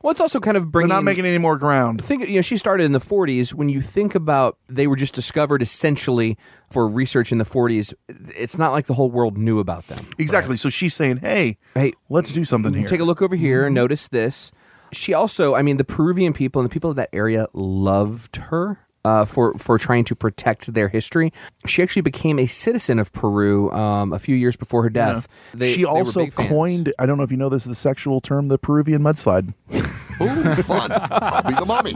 Well, it's also kind of bringing.
They're not making any more ground.
Think you know she started in the 40s. When you think about, they were just discovered essentially for research in the 40s. It's not like the whole world knew about them.
Exactly. So she's saying, hey,
hey,
let's do something here. Mm-hmm.
Take a look over here and notice this. She also, I mean, the Peruvian people and the people of that area loved her uh, for for trying to protect their history. She actually became a citizen of Peru um, a few years before her death.
Yeah.
They-
she
they were
also
big fans.
coined, I don't know if you know this, the sexual term, the Peruvian mudslide.
I'll be the mommy.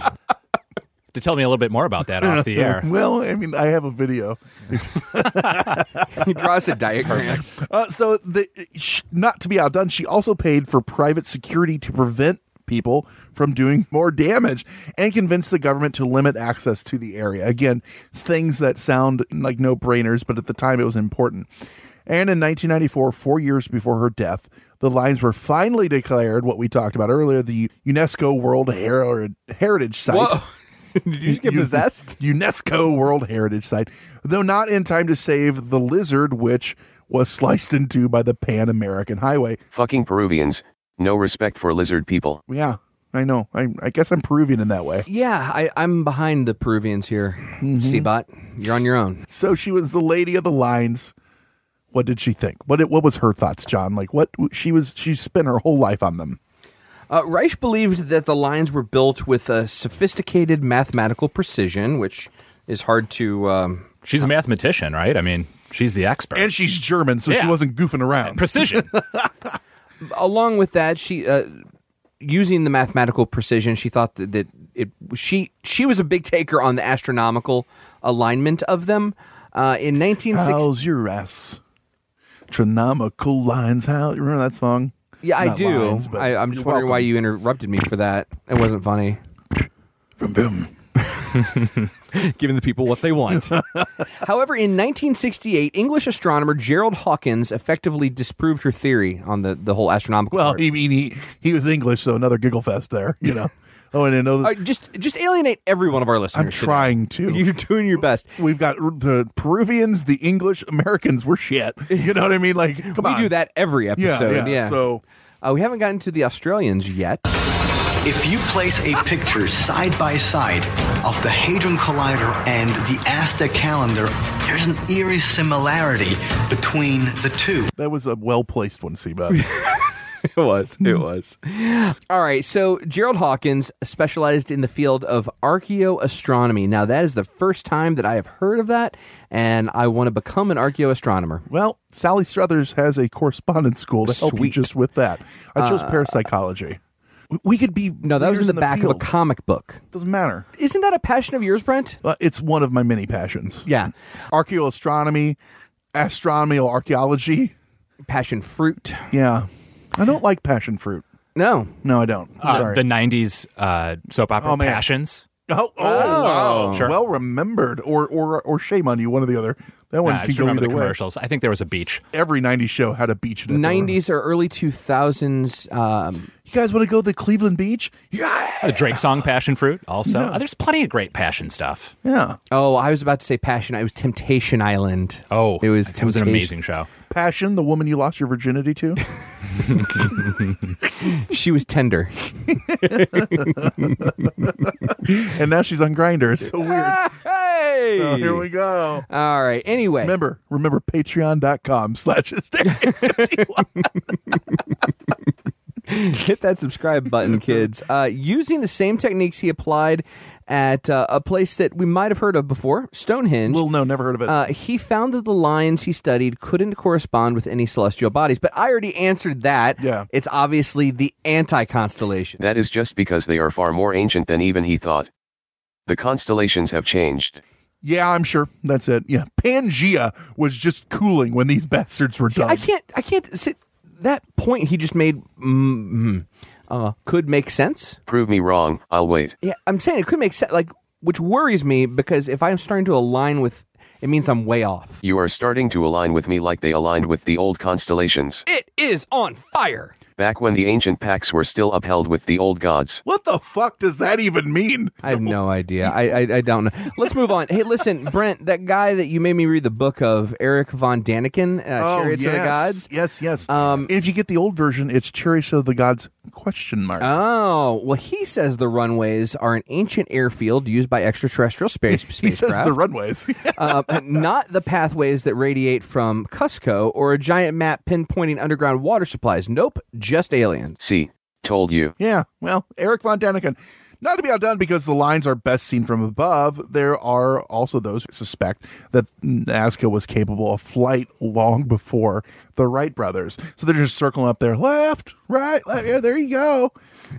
To tell me a little bit more about that off the air.
well, I mean, I have a video.
he draws a diagram.
Uh, so, the, sh- not to be outdone, she also paid for private security to prevent people from doing more damage and convinced the government to limit access to the area. Again, things that sound like no brainers, but at the time it was important. And in 1994, four years before her death, the lines were finally declared what we talked about earlier the UNESCO World Heri- Heritage Site.
Did you just get possessed?
UNESCO World Heritage Site, though not in time to save the lizard, which was sliced in two by the Pan American Highway.
Fucking Peruvians, no respect for lizard people.
Yeah, I know. I, I guess I'm Peruvian in that way. Mm-hmm.
Yeah, I, I'm behind the Peruvians here. Seabot, you're on your own.
So she was the lady of the lines. What did she think? What it, what was her thoughts, John? Like what she was she spent her whole life on them.
Uh, Reich believed that the lines were built with a sophisticated mathematical precision, which is hard to. Um,
she's a mathematician, right? I mean, she's the expert.
And she's German, so she
Yeah.
wasn't goofing around.
Precision.
along with that, she uh, using the mathematical precision, she thought that, that it she she was a big taker on the astronomical alignment of them. Uh, in 1960,
How's your ass? Trinomical lines. How you remember that song?
yeah, I
Not
do.
lines, but
I, I'm just
you're
wondering why
welcome.
you interrupted me for that. It wasn't funny. giving the people what they want. However, in 1968, English astronomer Gerald Hawkins effectively disproved her theory on the, the whole astronomical.
Well, he mean he he was English, so another giggle fest there. You know. oh, and another.
Uh, just just alienate every one of our listeners.
I'm
today.
trying to.
You're doing your best.
We've got r- the Peruvians, the English, Americans. We're shit. You know what I mean? Like, come
we
on.
do that every episode. Yeah.
yeah, so-
uh, we haven't gotten to the Australians yet.
If you place a picture side by side of the Hadron Collider and the Aztec calendar, there's an eerie similarity between the two.
That was a well placed one, Seabud.
it was. It was. All right. So Gerald Hawkins specialized in the field of archaeoastronomy. Now that is the first time that I have heard of that, and I want to become an archaeoastronomer.
well, Sally Struthers has a correspondence school to help
Sweet.
you just with that. I chose
Uh,
parapsychology. W- We could be
No, that was
leaders
in the, back
field.
of a comic book.
Doesn't matter.
Isn't that a passion of yours, Brent?
Uh, it's one of my many passions.
Yeah.
Archaeoastronomy, astronomy or archaeology.
Passion fruit.
Yeah. I don't like passion fruit.
No.
No, I don't. I'm
Uh,
sorry.
The '90s uh, soap opera
Oh, man.
Passions.
Oh, oh, wow.
Sure.
Well remembered. Or, or or shame on you, one or the other. That one
Nah, I
can
just
go either
remember the
way.
commercials. I think there was a beach.
Every 90s show had a beach in it.
90s or early 2000s. Um,
You guys want to go to the Cleveland Beach? Yeah.
A Drake song, Passion Fruit. Also,
No.
Uh, there's plenty of great passion stuff.
Yeah.
Oh, I was about to say Passion. I was Temptation Island.
Oh,
it was.
It was an
Temptation-
amazing show.
Passion, the woman you lost your virginity to.
she was tender.
and now she's on Grinder. It's so weird.
Hey.
Oh, here we go.
All right. Anyway.
Remember, remember patreon.com slash hysteria.
Hit that subscribe button, kids. Uh, using the same techniques he applied at uh, a place that we might have heard of before, Stonehenge.
Well, no, never heard of it.
Uh, he found that the lines he studied couldn't correspond with any celestial bodies, but I already answered that. Yeah. It's obviously the anti constellation.
That is just because they are far more ancient than even he thought. The constellations have changed.
yeah, I'm sure. That's it. Yeah. Pangea was just cooling when these bastards were done.
I can't. I can't. See, that point he just made mm, mm, uh, could make sense.
Prove me wrong, I'll wait.
Yeah, I'm saying it could make sense. Like, which worries me because if I'm starting to align with, it means I'm way off.
You are starting to align with me like they aligned with the old constellations.
It is on fire.
Back when the ancient pacts were still upheld with the old gods.
What the fuck does that even mean?
I have no idea. I, I I don't know. Let's move on. Hey, listen, Brent, that guy that you made me read the book of, Eric von Daniken, uh, Chariots of the Gods.
Oh, Yes, yes. Um, if you get the old version, it's Chariots of the Gods question mark.
Oh, well, he says the runways are an ancient airfield used by extraterrestrial space spacecraft.
he says the runways.
uh, not the pathways that radiate from Cusco or a giant map pinpointing underground water supplies. Nope, just aliens.
See, told you.
Yeah, well, Eric von Daniken. Not to be outdone because the lines are best seen from above, there are also those who suspect that Nazca was capable of flight long before the Wright brothers. So they're just circling up there, left, right, left, yeah, there you go.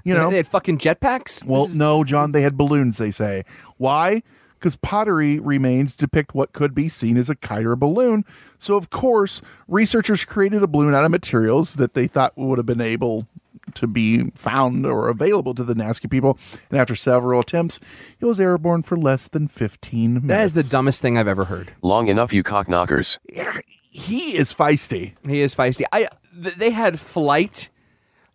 You know,
they had fucking jetpacks.
Well, no, John, they had balloons, they say. Why? Because pottery remains depict what could be seen as a kite or balloon. So, of course, researchers created a balloon out of materials that they thought would have been able to be found or available to the Nazca people. And after several attempts, it was airborne for less than 15 minutes. That
is the dumbest thing I've ever heard.
Long enough, you cockknockers.
He is feisty.
He is feisty. I th- they had flight.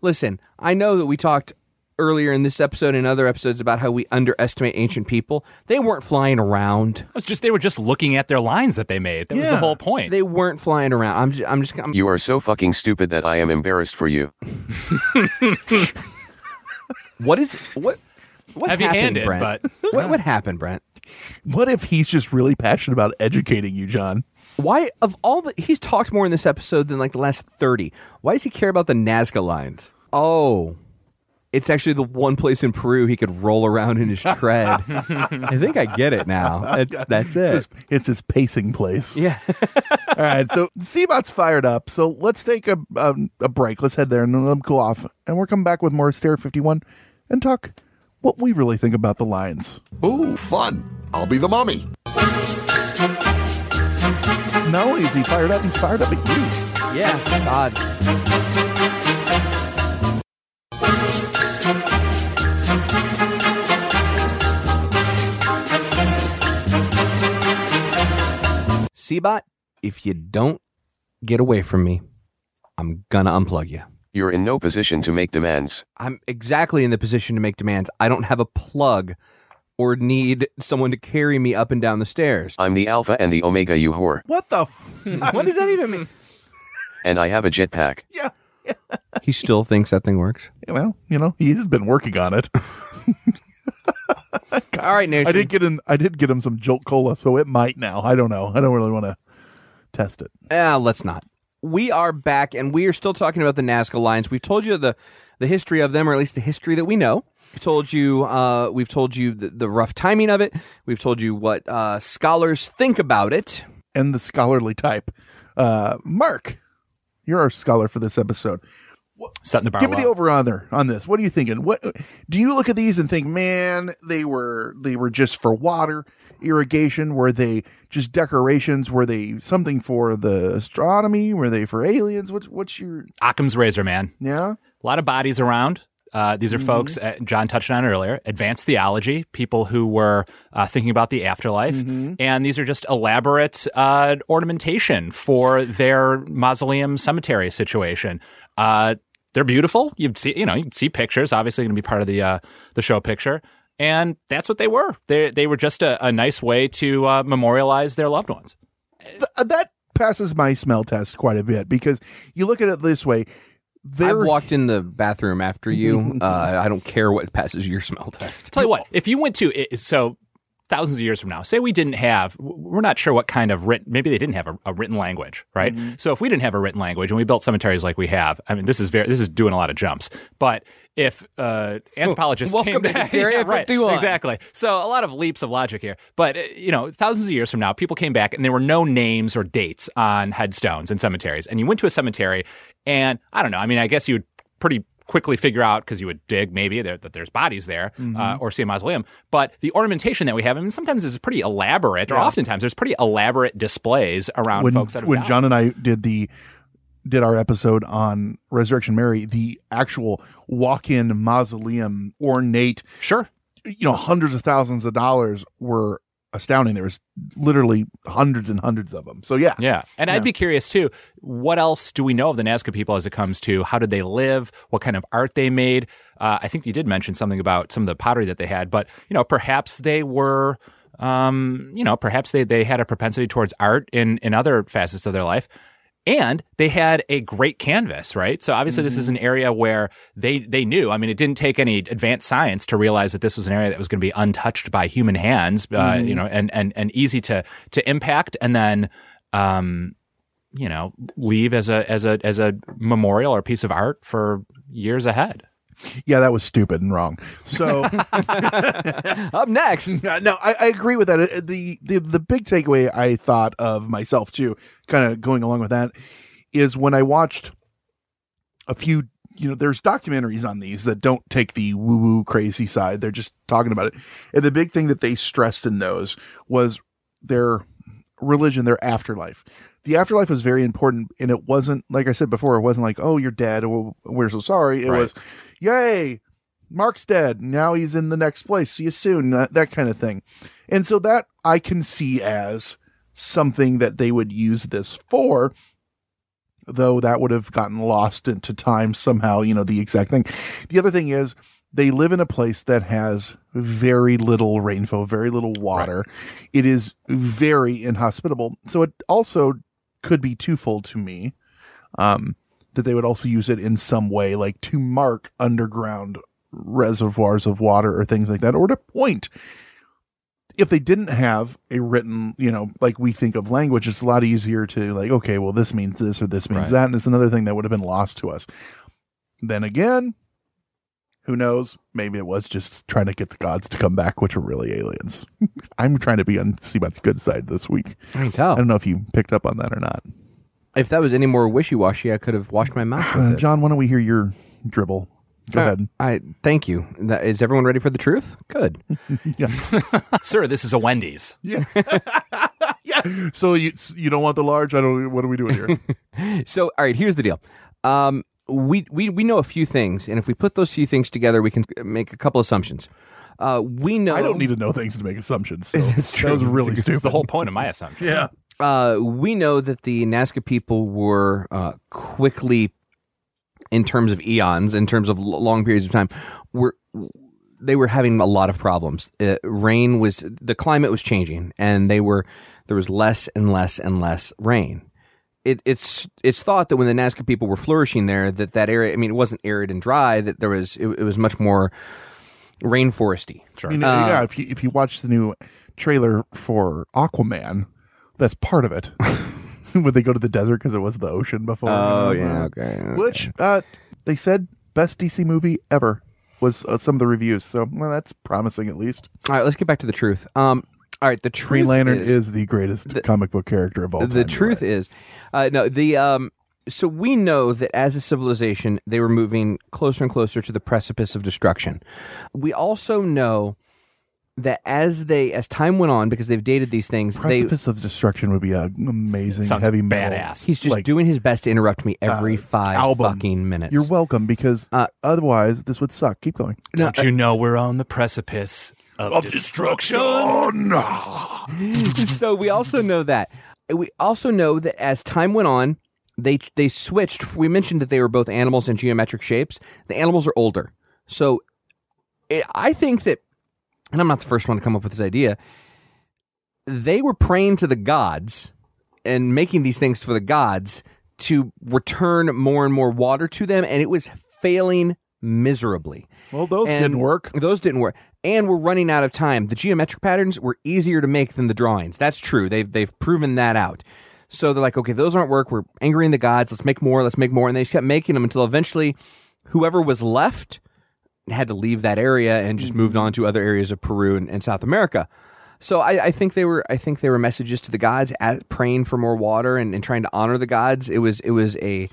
Listen, I know that we talked earlier in this episode and other episodes about how we underestimate ancient people. They weren't flying around.
It was just they were just looking at their lines that they made. That was the
Yeah.
whole point.
They weren't flying around. I'm just, I'm just I'm,
You are so fucking stupid that I am embarrassed for you.
what is what what
Heavy
happened,
handed,
Brent?
but
what what happened, Brent?
What if he's just really passionate about educating you, John?
Why of all the he's talked more in this episode than like the last 30. Why does he care about the Nazca lines? Oh. It's actually the one place in Peru he could roll around in his tread. I think I get it now. That's that's it.
It's his, it's his pacing place.
Yeah.
All right. So Seabot's fired up. So let's take a, a a break. Let's head there and let him cool off. And we're coming back with more Stair 51 and talk what we really think about the Lions.
Ooh, fun. I'll be the mummy.
Not only is he fired up, he's fired up at you.
Yeah, it's odd. Seabot, if you don't get away from me, I'm gonna unplug you.
You're in no position to make demands.
I'm exactly in the position to make demands. I don't have a plug or need someone to carry me up and down the stairs.
I'm the Alpha and the Omega, you whore.
What the? F-
what does that even mean?
And I have a jetpack.
He still thinks that thing works.
Well, you know, he's been working on it.
All right, Nation.
I did get him. I did get him some Jolt Cola, so it might now. I don't know. I don't really want to test it.
Ah, let's not. We are back, and we are still talking about the Nazca lines. We've told you the the history of them, or at least the history that we know. We've told you, uh, we've told you the, the rough timing of it. We've told you what uh, scholars think about it.
and the scholarly type. Uh, Mark, you're our scholar for this episode.
Set the bar.
Give me
low.
the over under on this. What are you thinking? What do you look at these and think, man, they were they were just for water irrigation? Were they just decorations? Were they something for the astronomy? Were they for aliens? What's what's your
Occam's razor, man.
Yeah.
A lot of bodies around. Uh, these are
Mhm.
folks uh, John touched on earlier advanced theology, people who were uh, thinking about the afterlife. And these are just elaborate uh, ornamentation for their mausoleum cemetery situation. Uh, they're beautiful. You'd see, you know, you'd see pictures. Obviously, going to be part of the uh, the show picture, and that's what they were. They they were just a, a nice way to uh, memorialize their loved ones.
Th- that passes my smell test quite a bit because you look at it this way.
I've
They're
walked in the bathroom after you. uh, I don't care what passes your smell test.
Tell you what, if you went to i- so thousands of years from now, say we didn't have, w- we're not sure what kind of written, maybe they didn't have a, a written language, right?
Mm-hmm.
So if we didn't have a written language and we built cemeteries like we have, I mean, this is very, this is doing a lot of jumps. But if uh, anthropologists came
Welcome to Hysteria
Yeah, right,
51.
exactly. So a lot of leaps of logic here. But uh, you know, thousands of years from now, people came back and there were no names or dates on headstones in cemeteries. And you went to a cemetery, and I don't know. I mean, I guess you would pretty quickly figure out because you would dig maybe there, that there's bodies there uh,
Mm-hmm.
Mhm.
or see a mausoleum. But the ornamentation that we have, I mean, sometimes is pretty elaborate, or
Yeah.
oftentimes there's pretty elaborate displays around
when
folks that have
when
died.
John and I did the did our episode on Resurrection Mary, the actual walk-in mausoleum ornate,
sure,
you know, hundreds of thousands of dollars were astounding. There was literally hundreds and hundreds of them. So yeah,
Yeah. And I'd be curious too, what else do we know of the Nazca people as it comes to how did they live? What kind of art they made? Uh, I think you did mention something about some of the pottery that they had, but you know, perhaps they were um, you know, perhaps they, they had a propensity towards art in, in other facets of their life. And they had a great canvas, right? So obviously this is
Mm-hmm.
an area where they they knew. I mean, it didn't take any advanced science to realize that this was an area that was going to be untouched by human hands, uh,
Mhm.
Mm-hmm.
you know, and and and easy to to impact and then um, you know, leave as a as a as a memorial or piece of art for years ahead.
yeah, that was stupid and wrong. So
up next,
no, I, I agree with that. Uh, The, the the big takeaway I thought of myself too, kind of going along with that, is when I watched a few. You know, there's documentaries on these that don't take the woo woo crazy side. They're just talking about it. And the big thing that they stressed in those was their religion, their afterlife. The afterlife was very important, and it wasn't like I said before. It wasn't like, "Oh, you're dead. Oh, we're so sorry." It
Right.
was, "Yay, Mark's dead. Now he's in the next place. See you soon." That, that kind of thing, and so that I can see as something that they would use this for. Though that would have gotten lost into time somehow. You know the exact thing. The other thing is they live in a place that has very little rainfall, very little water. It is very inhospitable. So it also could be twofold to me um, that they would also use it in some way, like to mark underground reservoirs of water or things like that, or to point. If they didn't have a written, you know, like we think of language, it's a lot easier to like, okay, well, this means this or this means
Right.
that. And it's another thing that would have been lost to us. Then again, who knows? Maybe it was just trying to get the gods to come back, which are really aliens. I'm trying to be on Seabat's good side this week.
I can tell.
I don't know if you picked up on that or not.
If that was any more wishy washy, I could have washed my mouth with
Uh,
it.
John, why don't we hear your dribble? Go
Uh,
ahead.
I thank you. That, is everyone ready for the truth? Good.
Sir, this is a Wendy's.
So you you don't want the large? I don't. What are we doing here?
so all right, here's the deal. Um, we, we we know a few things, and if we put those few things together, we can make a couple assumptions. Uh, we know.
I don't need to know things to make assumptions. So
That's true.
That was really
It's
stupid.
the whole
point of my assumption.
Yeah.
Uh, we know that the Nazca people were uh, quickly, in terms of eons, in terms of l- long periods of time, were they were having a lot of problems. Uh, rain was the climate was changing, and they were there was less and less and less rain. It, it's it's thought that when the Nazca people were flourishing there, that that area, I mean, it wasn't arid and dry. That there was it, it was much more rainforesty.
You know,
Uh,
yeah. If you if you watch the new trailer for Aquaman, that's part of it. When they go to the desert because it was the ocean before.
Oh,
you know,
yeah,
uh,
okay, okay.
Which uh, they said best DC movie ever was uh, some of the reviews. So well, that's promising at least.
All right, let's get back to the truth. Um, all right, the truth
Green Lantern is,
is
the greatest comic book character of all time.
the truth is, uh, no, the um, So we know that as a civilization, they were moving closer and closer to the precipice of destruction. We also know that as they as time went on, because they've dated these things,
Precipice of Destruction would be an amazing heavy metal.
He's just
like,
doing his best to interrupt me
Uh,
every five
album.
fucking minutes.
You're welcome because
Uh,
otherwise this would suck. Keep going.
Don't you know we're on the precipice of,
Of
destruction?
so we also know that. We also know that as time went on, they they switched. We mentioned that they were both animals in geometric shapes. The animals are older, so it, I think that, and I'm not the first one to come up with this idea. They were praying to the gods and making these things for the gods to return more and more water to them, and it was failing miserably.
Well, those didn't
work. Those didn't work. And we're running out of time. The geometric patterns were easier to make than the drawings. That's true. They've they've proven that out. So they're like, okay, those aren't work. We're angering the gods. Let's make more. Let's make more. And they just kept making them until eventually, whoever was left had to leave that area and just moved on to other areas of Peru and, and South America. So I, I think they were I think they were messages to the gods at praying for more water and, and trying to honor the gods. It was it was a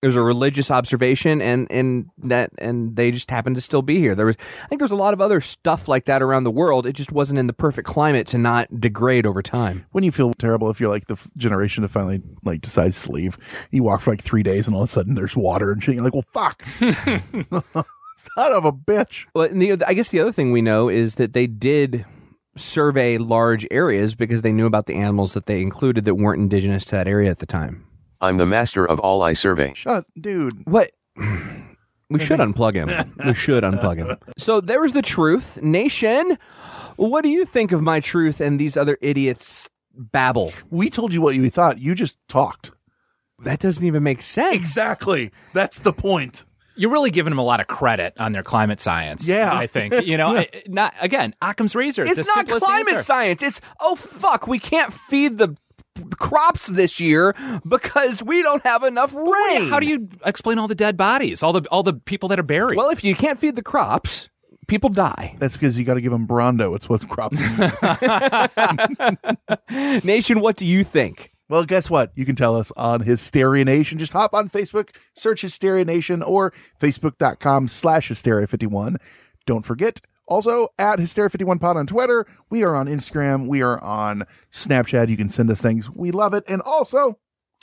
it was a religious observation and and that and they just happened to still be here. There was I think there's a lot of other stuff like that around the world. It just wasn't in the perfect climate to not degrade over time.
Wouldn't you feel terrible if you're like the f- generation that finally like decides to leave? You walk for like three days and all of a sudden there's water and shit. You're like, well, fuck. Son of a bitch.
Well, and the, I guess the other thing we know is that they did survey large areas because they knew about the animals that they included that weren't indigenous to that area at the time.
I'm the master of all I survey.
Shut, dude.
What? We should unplug him. We should unplug him. So there was the truth. Nation, what do you think of my truth and these other idiots babble?
We told you what you thought. You just talked.
That doesn't even make sense.
Exactly. That's the point.
You're really giving them a lot of credit on their climate science.
Yeah.
I think you know.
Yeah.
I- not again, Occam's razor.
It's
the
not
simplest
climate
answer.
science. It's oh fuck, we can't feed the crops this year because we don't have enough rain.
How do you explain all the dead bodies? All the all the people that are buried.
Well, if you can't feed the crops, people die.
That's because you got to give them Brondo. It's what's crops.
Nation, what do you think?
Well, guess what? You can tell us on Hysteria Nation. Just hop on Facebook, search Hysteria Nation or facebook.com slash hysteria51. Don't forget, also at hysteria51pod on Twitter. We are on Instagram. We are on Snapchat. You can send us things. We love it. And also,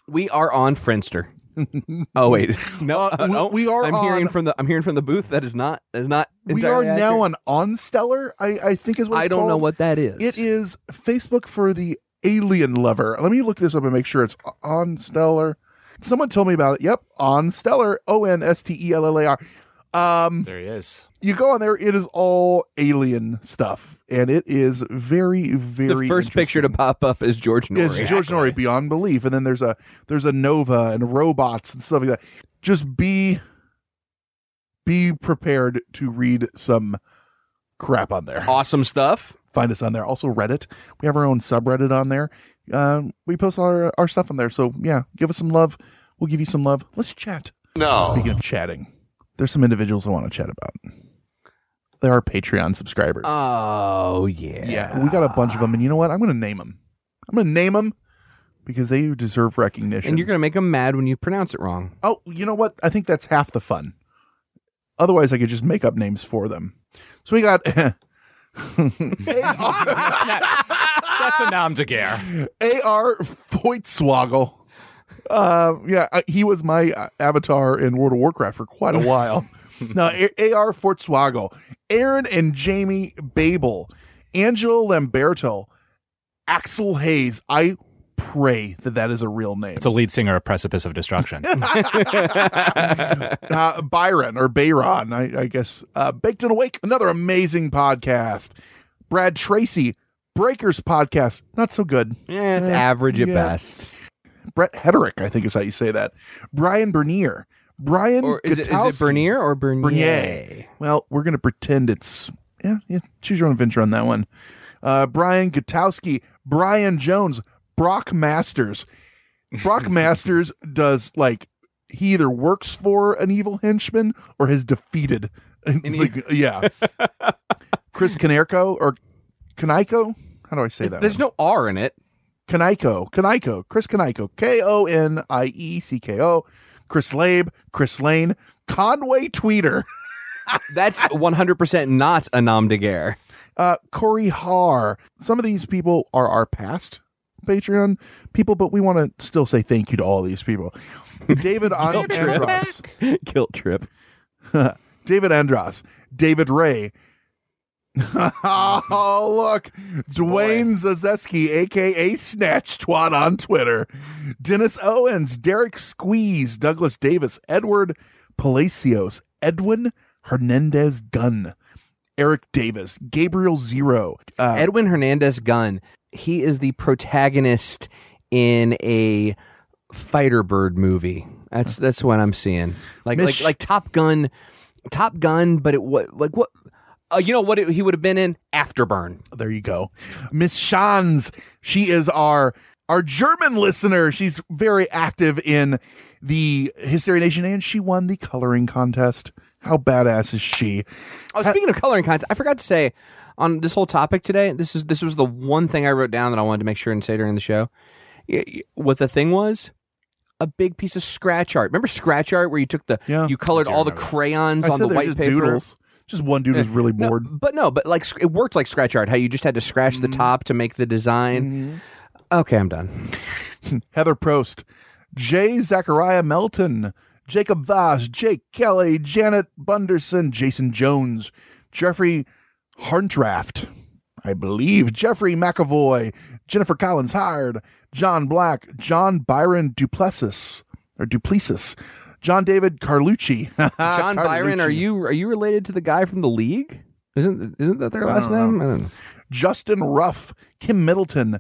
We are on Friendster. oh wait, no,
Uh, we-
no.
we are
I'm hearing
on-
from the I'm hearing from the booth. That is not that is not.
we are
entirely
now
accurate.
on Onstellar, I, I think is what
I
it's
don't know
called.
what that is.
It is Facebook for the alien lover. Let me look this up and make sure it's on Stellar. Someone told me about it. Yep, on Stellar. O N S T E L L A R. Um,
there he is.
You go on there. It is all alien stuff, and it is very,
the
very.
first picture to pop up is George Norrie.
It's George Norrie beyond belief, and then there's a there's a Nova and robots and stuff like that. Just be be prepared to read some crap on there.
Awesome stuff.
Find us on there. Also Reddit. We have our own subreddit on there. Um, we post our our stuff on there. So yeah, give us some love. We'll give you some love. Let's chat.
No.
Speaking of chatting, there's some individuals I want to chat about. They are Patreon subscribers.
Oh yeah.
Yeah, we got a bunch of them, and you know what? I'm going to name them. I'm going to name them because they deserve recognition.
And you're gonna make them mad when you pronounce it wrong.
oh, you know what? I think that's half the fun. Otherwise, I could just make up names for them. So we got
That's a nom de guerre.
A.R. Voigtswoggle. Uh, yeah, uh, he was my uh, avatar in World of Warcraft for quite a while. now, A- A.R. Fortswoggle, Aaron and Jamie Babel, Angelo Lamberto, Axel Hayes. I pray that that is a real name.
It's a lead singer of Precipice of Destruction.
uh, Byron or Bayron, I, I guess. Uh, Baked and Awake, another amazing podcast. Brad Tracy, Breakers podcast, not so good. Eh,
Yeah, it's average at best.
Brett Hederick, I think is how you say that. Brian Bernier, Brian
Or is it is it
Gutowski.
Bernier or Bernier?
Bernier. Well, we're gonna pretend it's yeah, yeah. Choose your own adventure on that one. Uh, Brian Gutowski, Brian Jones, Brock Masters. Brock Masters does like he either works for an evil henchman or has defeated. like, yeah, Chris Canerco or Kaneko. How do I say that?
There's no R in it.
Kaniko, Kaniko, Chris Kaniko, K O N I E C K O, Chris Labe, Chris Lane, Conway Tweeter.
That's 100% not a nom de guerre.
Uh, Corey Haar. Some of these people are our past Patreon people, but we want to still say thank you to all these people. David Otto Andros.
Guilt trip.
David Andros. David Ray. oh, look. Dwayne Zazeski, aka Snatch Twat on Twitter. Dennis Owens, Derek Squeeze, Douglas Davis, Edward Palacios, Edwin Hernandez Gunn, Eric Davis, Gabriel Zero. Uh,
Edwin Hernandez Gunn, he is the protagonist in a fighter bird movie. That's that's what I'm seeing. Like
Mish-
like like Top Gun, Top Gun, but it what like what uh, you know what it, he would have been in Afterburn.
There you go. Miss Shans, she is our our German listener. She's very active in the Hysteria Nation and she won the coloring contest. How badass is she?
Oh, speaking of coloring contest, I forgot to say on this whole topic today. This is this was the one thing I wrote down that I wanted to make sure and say during the show. Y- y- What the thing was, a big piece of scratch art. Remember scratch art where you took the you colored all the crayons
I
on
said
the
they're
white
just
paper.
doodles. Just one dude is really bored. Mm-hmm.
But no, but like sc- it worked like scratch art. How you just had to scratch the top to make the design. Okay, I'm done.
Heather Prost, Jay Zachariah Melton, Jacob Voss, Jake Kelly, Janet Bunderson, Jason Jones, Jeffrey Harntraft, I believe, Jeffrey McAvoy, Jennifer Collins Hard, John Black, John Byron Duplessis, or Duplessis, John David Carlucci.
John
Ah,
Byron, are you are you related to the guy from the league? Isn't isn't that their last name? I don't know.
Justin Ruff, Kim Middleton,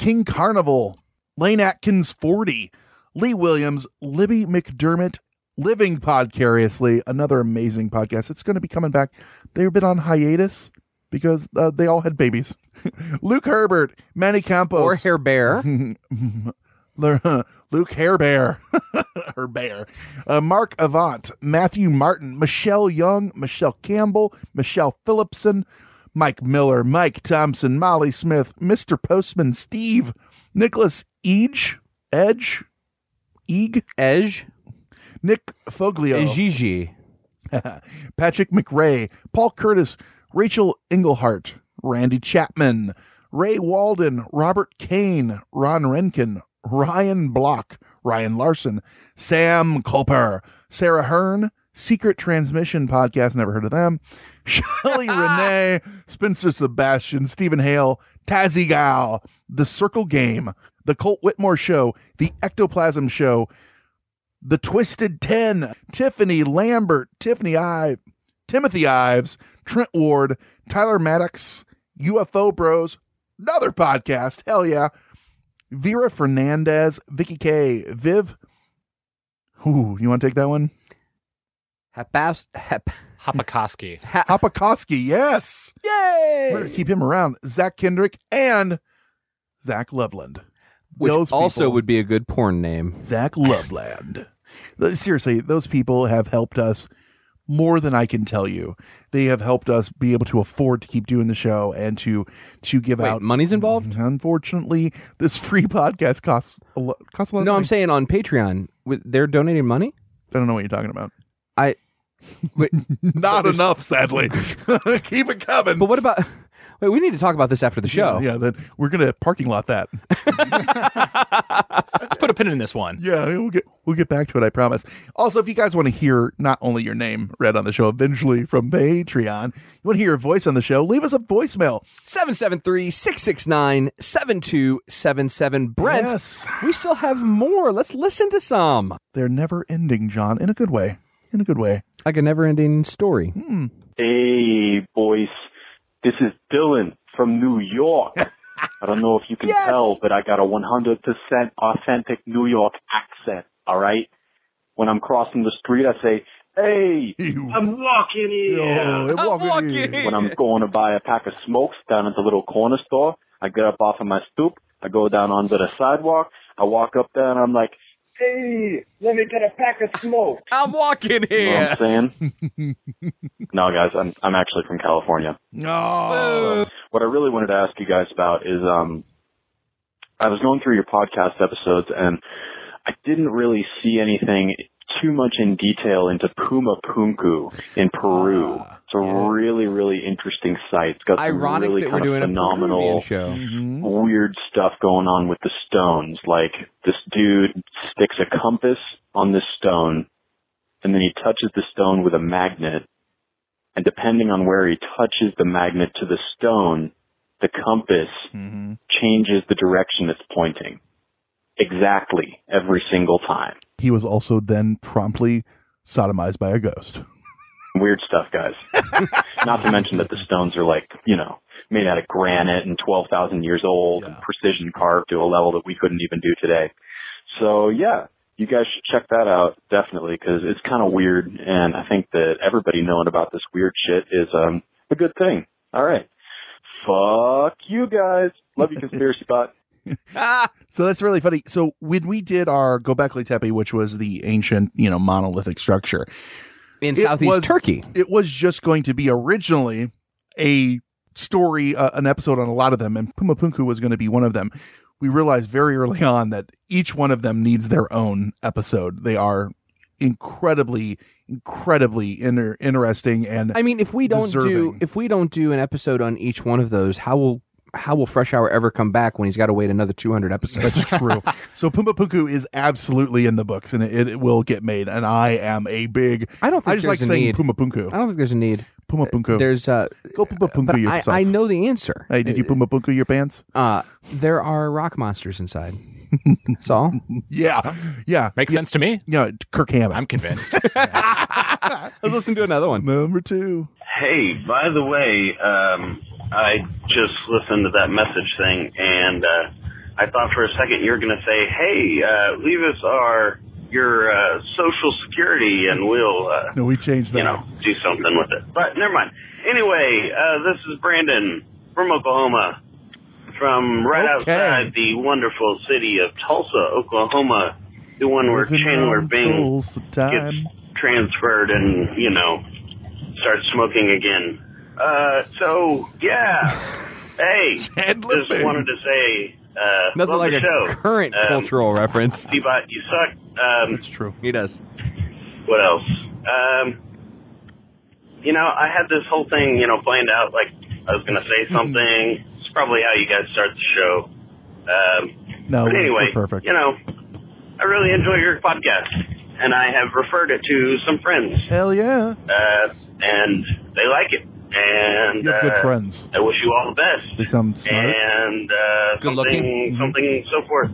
King Carnival, Lane Atkins 40, Lee Williams, Libby McDermott, Living Podcariously, another amazing podcast. It's going to be coming back. They've been on hiatus because uh, they all had babies. Luke Herbert, Manny Campos.
Or Hair Bear.
Luke Hairbear, her bear, uh, Mark Avant, Matthew Martin, Michelle Young, Michelle Campbell, Michelle Phillipson, Mike Miller, Mike Thompson, Molly Smith, Mr. Postman Steve, Nicholas Edge, Edge, Eeg,
Edge,
Nick Foglio,
Gigi,
Patrick McRae, Paul Curtis, Rachel Englehart, Randy Chapman, Ray Walden, Robert Kane, Ron Renkin, Ryan Block, Ryan Larson, Sam Culper, Sarah Hearn, Secret Transmission Podcast, never heard of them, Shelly Renee, Spencer Sebastian, Stephen Hale, Tazzy Gal, The Circle Game, The Colt Whitmore Show, The Ectoplasm Show, the Twisted Ten, Tiffany Lambert, Tiffany Ive, Timothy Ives, Trent Ward, Tyler Maddox, UFO Bros, another podcast, hell yeah, Vera Fernandez, Vicky K, Viv. Ooh, you want to take that one?
Hapabs, hap,
Hapikoski.
Hapakowski, yes.
Yay!
We're gonna keep him around. Zach Kendrick and Zach Loveland.
which
Those
also
people-
would be a good porn name.
Zach Loveland. Th- Seriously, those people have helped us more than I can tell you. They have helped us be able to afford to keep doing the show and to to give
Wait,
out.
money's involved?
Unfortunately, this free podcast costs a lot. Costs a lot
No,
of
I'm
money.
saying on Patreon, with- they're donating money.
I don't know what you're talking about.
I wait,
Not enough, sadly. keep it coming.
but what about? Wait, we need to talk about this after the show.
Yeah, then we're gonna parking lot that.
Let's put a pin in this one.
Yeah, we'll get we'll get back to it. I promise. Also, if you guys want to hear not only your name read on the show eventually from Patreon, you want to hear your voice on the show, leave us a voicemail.
773-669-7277. Brent,
Yes.
we still have more. Let's listen to some.
They're never ending, John, in a good way. In a good way. Hmm.
Like a never-ending story.
Hey, boys. This is Dylan from New York. I don't know if you can
Yes.
tell, but I got a 100% authentic New York accent, all right? When I'm crossing the street, I say, hey, I'm walking here.
I'm walking here.
When I'm going to buy a pack of smokes down at the little corner store, I get up off of my stoop, I go down onto the sidewalk, I walk up there and I'm like, Hey, let me get a pack of smoke.
I'm walking
you know what I'm saying? no, guys, I'm, I'm actually from California
No.
what I really wanted to ask you guys about is um I was going through your podcast episodes and I didn't really see anything too much in detail into Puma Punku in Peru. It's a really, really interesting site. It's got some
Ah, Ironic
really
that we're
kind
doing
of
a Peruvian
phenomenal,
show. Mm-hmm.
weird stuff going on with the stones. Like this dude sticks a compass on this stone, and then he touches the stone with a magnet. And depending on where he touches the magnet to the stone, the compass changes the direction it's pointing exactly every single time.
He was also then promptly sodomized by a ghost.
Weird stuff, guys. Not to mention that the stones are like, you know, made out of granite and 12,000 years old and precision carved to a level that we couldn't even do today. So yeah, you guys should check that out definitely because it's kind of weird and I think that everybody knowing about this weird shit is um a good thing. All right. Fuck you guys. Love you, Conspiracy Bot.
So that's really funny. So when we did our Gobekli Tepe, which was the ancient, you know, monolithic structure
In
it
southeast
was-
Turkey.
it was just going to be originally a story, uh, an episode on a lot of them, and Puma Punku was going to be one of them. We realized very early on that each one of them needs their own episode. They are incredibly, incredibly inter- interesting, and
I mean, if we don't do
deserving.
if we don't do an episode on each one of those, how will how will Fresh Hour ever come back when he's got to wait another two hundred episodes?
That's true. so Puma Punku is absolutely in the books, and it, it will get made. And I am a big. I don't.
think
I just like
there's a
saying
need.
Puma Punku.
I don't think there's a need.
Puma Punku.
There's uh,
go Puma
but
Punku
I,
yourself.
I know the answer.
Hey, did you Puma Punku your pants?
Uh, there are rock monsters inside. That's all.
Yeah, yeah.
Makes sense
to me.
Yeah, Kirk Hammett. I'm
convinced.
I was listening to another one.
Number two.
Hey, by the way, um, I just listened to that message thing, and uh, I thought for a second you were going to say, "Hey, uh, leave us our your uh, social security, and we'll uh,
No, we changed that.
you know do something with it." But never mind. Anyway, uh, this is Brandon from Oklahoma, from right outside the wonderful city of Tulsa, Oklahoma, the one where
Living
Chandler
on
Bing
tools of time.
transferred and you know start smoking again. Uh, so yeah, hey, just wanted to say uh,
Nothing
love
like
the
a
show.
current
Um,
cultural reference.
Seabot, you suck. Um,
That's true.
He does.
what else? Um, you know, I had this whole thing, you know, planned out. Like I was gonna say something. it's probably how you guys start the show. Um,
No,
but
we're-
anyway,
we're perfect.
You know, I really enjoy your podcast, and I have referred it to some friends.
Hell yeah.
uh, and they like it. And
You have good
uh,
friends.
I wish you all the best.
They sound smart. Mm-hmm.
And uh,
Good
something,
looking.
something, so forth.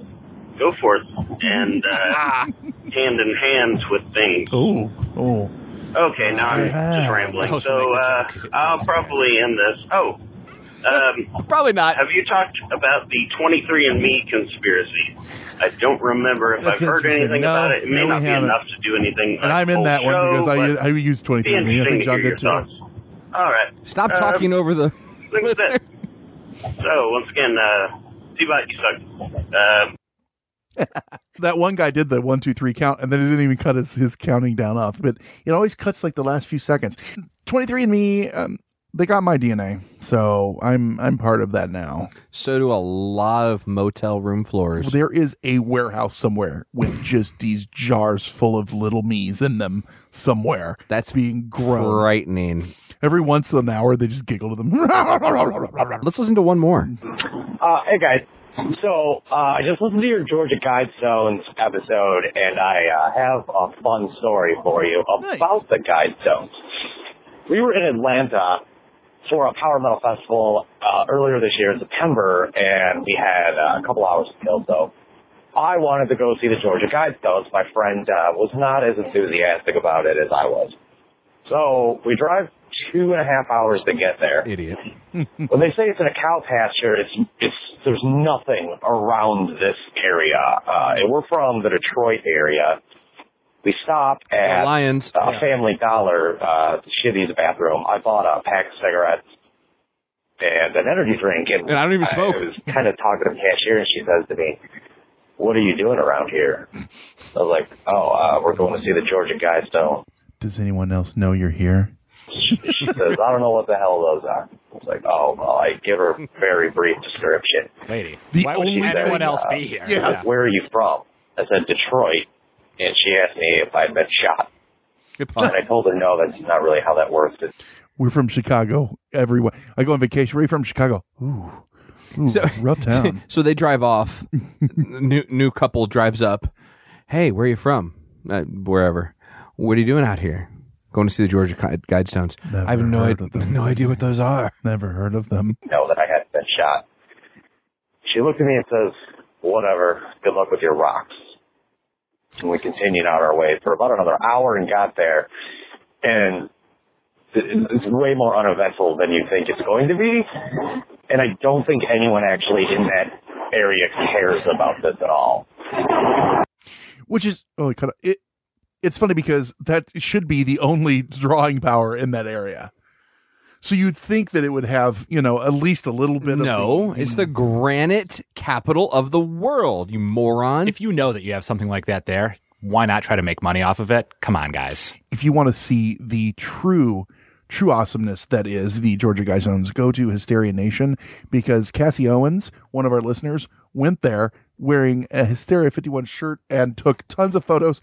Go forth, and uh, hand in hands with things.
Oh, oh.
Okay, now I'm just rambling. So uh, I'll probably end this. Oh, um,
probably not.
Have you talked about the 23andMe conspiracy? I don't remember if
That's
I've heard
interesting.
anything
No,
about it. It may
no, we
not be
haven't.
enough to do anything.
And I'm in that one because I I use 23andMe. I
interesting
think
to
John
hear your
did too.
thoughts. All right.
Stop
Um,
talking over the.
Look at that. So once again, uh, T-Bot, you suck. Um,
That one guy did the one, two, three count, and then it didn't even cut his, his counting down off. But it always cuts like the last few seconds. 23andMe, um, they got my DNA, so I'm I'm part of that now.
So do a lot of motel room floors.
There is a warehouse somewhere with just these jars full of little me's in them somewhere.
That's
being grown.
frightening.
Every once in an hour, they just giggle to them.
Let's listen to one more.
Uh, hey guys. So uh, I just listened to your Georgia Guidestones episode, and I uh, have a fun story for you about the Guidestones. We were in Atlanta for a power metal festival uh, earlier this year in September, and we had uh, a couple hours to kill. So I wanted to go see the Georgia Guidestones. My friend uh, was not as enthusiastic about it as I was. So we drive two and a half hours to get there.
Idiot.
when they say it's in a cow pasture, it's it's there's nothing around this area. Uh, and we're from the Detroit area. We stop at
Lions.
a Family Dollar uh, Shitty's bathroom. I bought a pack of cigarettes and an energy drink, and,
I don't even smoke.
I was kind of talking to the cashier, and she says to me, "What are you doing around here?" I was like, "Oh, uh, we're going to see the Georgia Guidestones."
Does anyone else know you're here?
She says, "I don't know what the hell those are." It's like, oh, well, I give her a very brief description.
Lady,
the
why would anyone else be here? Yeah.
Where are you from? I said Detroit, and she asked me if I'd been shot. And I told her no, that's not really how that works. It's
We're from Chicago. Everyone. I go on vacation. Where are you from? Chicago. Ooh. Ooh, rough town.
so they drive off. new new couple drives up. Hey, where are you from? Uh, wherever. What are you doing out here? Going to see the Georgia Gu- Guidestones. I have no idea. No idea what those are.
Never heard of them.
know that I hadn't been shot. She looked at me and says, whatever, good luck with your rocks. And we continued on our way for about another hour and got there. And it- it's way more uneventful than you think it's going to be. And I don't think anyone actually in that area cares about this at all.
Which is oh, it cut it. It's funny because that should be the only drawing power in that area. So you'd think that it would have, you know, at least a little bit.
No,
of the,
it's the granite capital of the world, you moron.
If you know that you have something like that there, why not try to make money off of it? Come on, guys.
if you want to see the true true awesomeness that is the Georgia Guy Zones, go to Hysteria Nation because Cassie Owens, one of our listeners, went there wearing a Hysteria 51 shirt and took tons of photos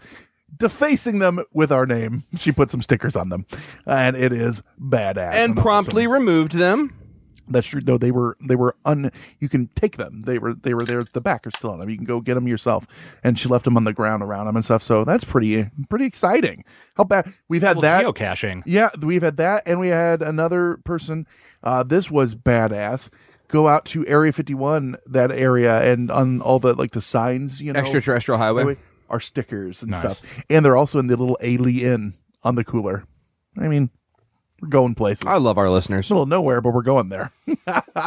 defacing them with our name. She put some stickers on them and it is badass.
And promptly removed them.
That's true. No, they were they were un. You can take them. They were they were there. The back are still on them. You can go get them yourself. And she left them on the ground around them and stuff. So that's pretty pretty exciting. How bad we've had
Well,
that
geocaching.
Yeah, we've had that, and we had another person. Uh, this was badass. Go out to Area 51, that area, and on all the like the signs, you know,
Extraterrestrial highway.
are stickers and
Nice.
stuff, and they're also in the little alien on the cooler. I mean, we're going places. I
love our listeners.
Middle of nowhere, but we're going there.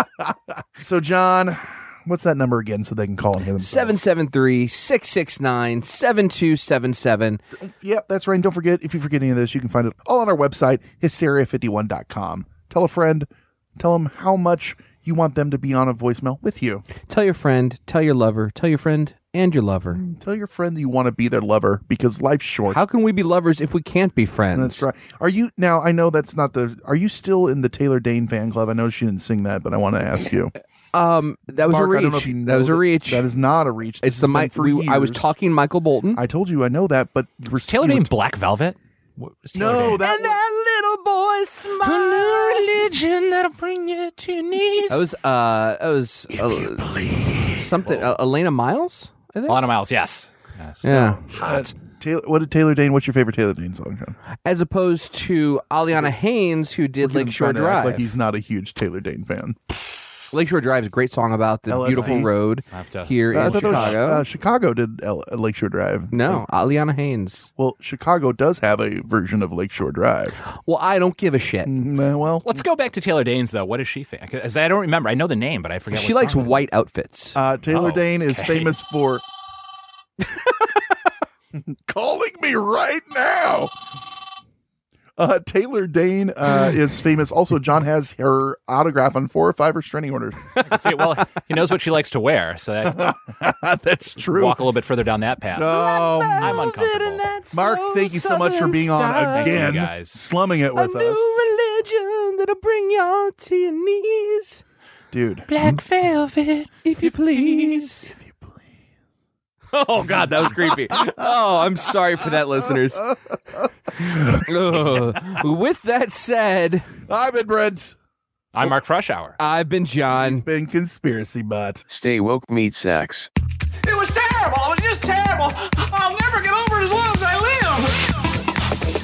so, John, what's that number again so they can call and hear them?
773 669 7277.
Yep, that's right. And don't forget, if you forget any of this, you can find it all on our website, hysteria51.com. Tell a friend, tell them how much you want them to be on a voicemail with you.
Tell your friend, tell your lover, tell your friend and your lover.
Mm, Tell your friend that you want to be their lover because life's short.
How can we be lovers if we can't be friends?
That's right. Are you now? I know that's not the. Are you still in the Taylor Dane fan club? I know she didn't sing that, but I want to ask you.
Um, that was
Mark,
a
I don't know
reach.
if you
That
know
was a
that-
reach.
that is not a reach.
It's
This has
the
been
mic.
for
we- I was
years.
talking Michael Bolton.
I told you I know that, but was
Taylor Dane Black Velvet?
No, that
and that little boy smile.
religion that'll bring you to your knees.
That was uh, that was uh, something. Uh, Elena Miles, I think.
Alana Miles, yes.
Yeah.
hot. Taylor, what did Taylor Dane? What's your favorite Taylor Dane song? John?
As opposed to Aliana Haynes, who did
Look at him
Lakeshore
trying to act
Drive.
Like he's not a huge Taylor Dane fan.
Lakeshore Drive is a great song about the
LSD.
beautiful road
I have to-
here
Uh, E. I
in
thought that was,
Chicago.
uh, Chicago did L- uh, Lakeshore Drive.
No, Aliana Haynes.
Well, Chicago does have a version of Lakeshore Drive. Mm.
Well, I don't give a shit.
well,
Let's go back to Taylor Danes, though. What does she think? 'Cause I don't remember. I know the name, but I forget.
she
what
likes
song it is.
white outfits.
Uh, Taylor
Oh,
Dane is
okay.
famous for calling me right now. Uh, Taylor Dane uh, is famous. Also, John has her autograph on four or five restraining orders.
Let's see, well, he knows what she likes to wear, so that,
that's true.
Walk a little bit further down that path.
Oh,
I'm uncomfortable.
Mark, thank you so much for being on
Thank you,
again,
guys.
slumming it with us,
religion that'll bring you to your knees.
dude.
Hmm?
Black velvet, if you please. Oh God, that was creepy. Oh, I'm sorry for that, listeners. Ugh. With that said,
I've been Brent.
I'm Mark Freshour.
I've been John. He's
been conspiracy bot.
Stay woke, meat sacks.
It was terrible. It was just terrible. I'll never get over it as long as I live.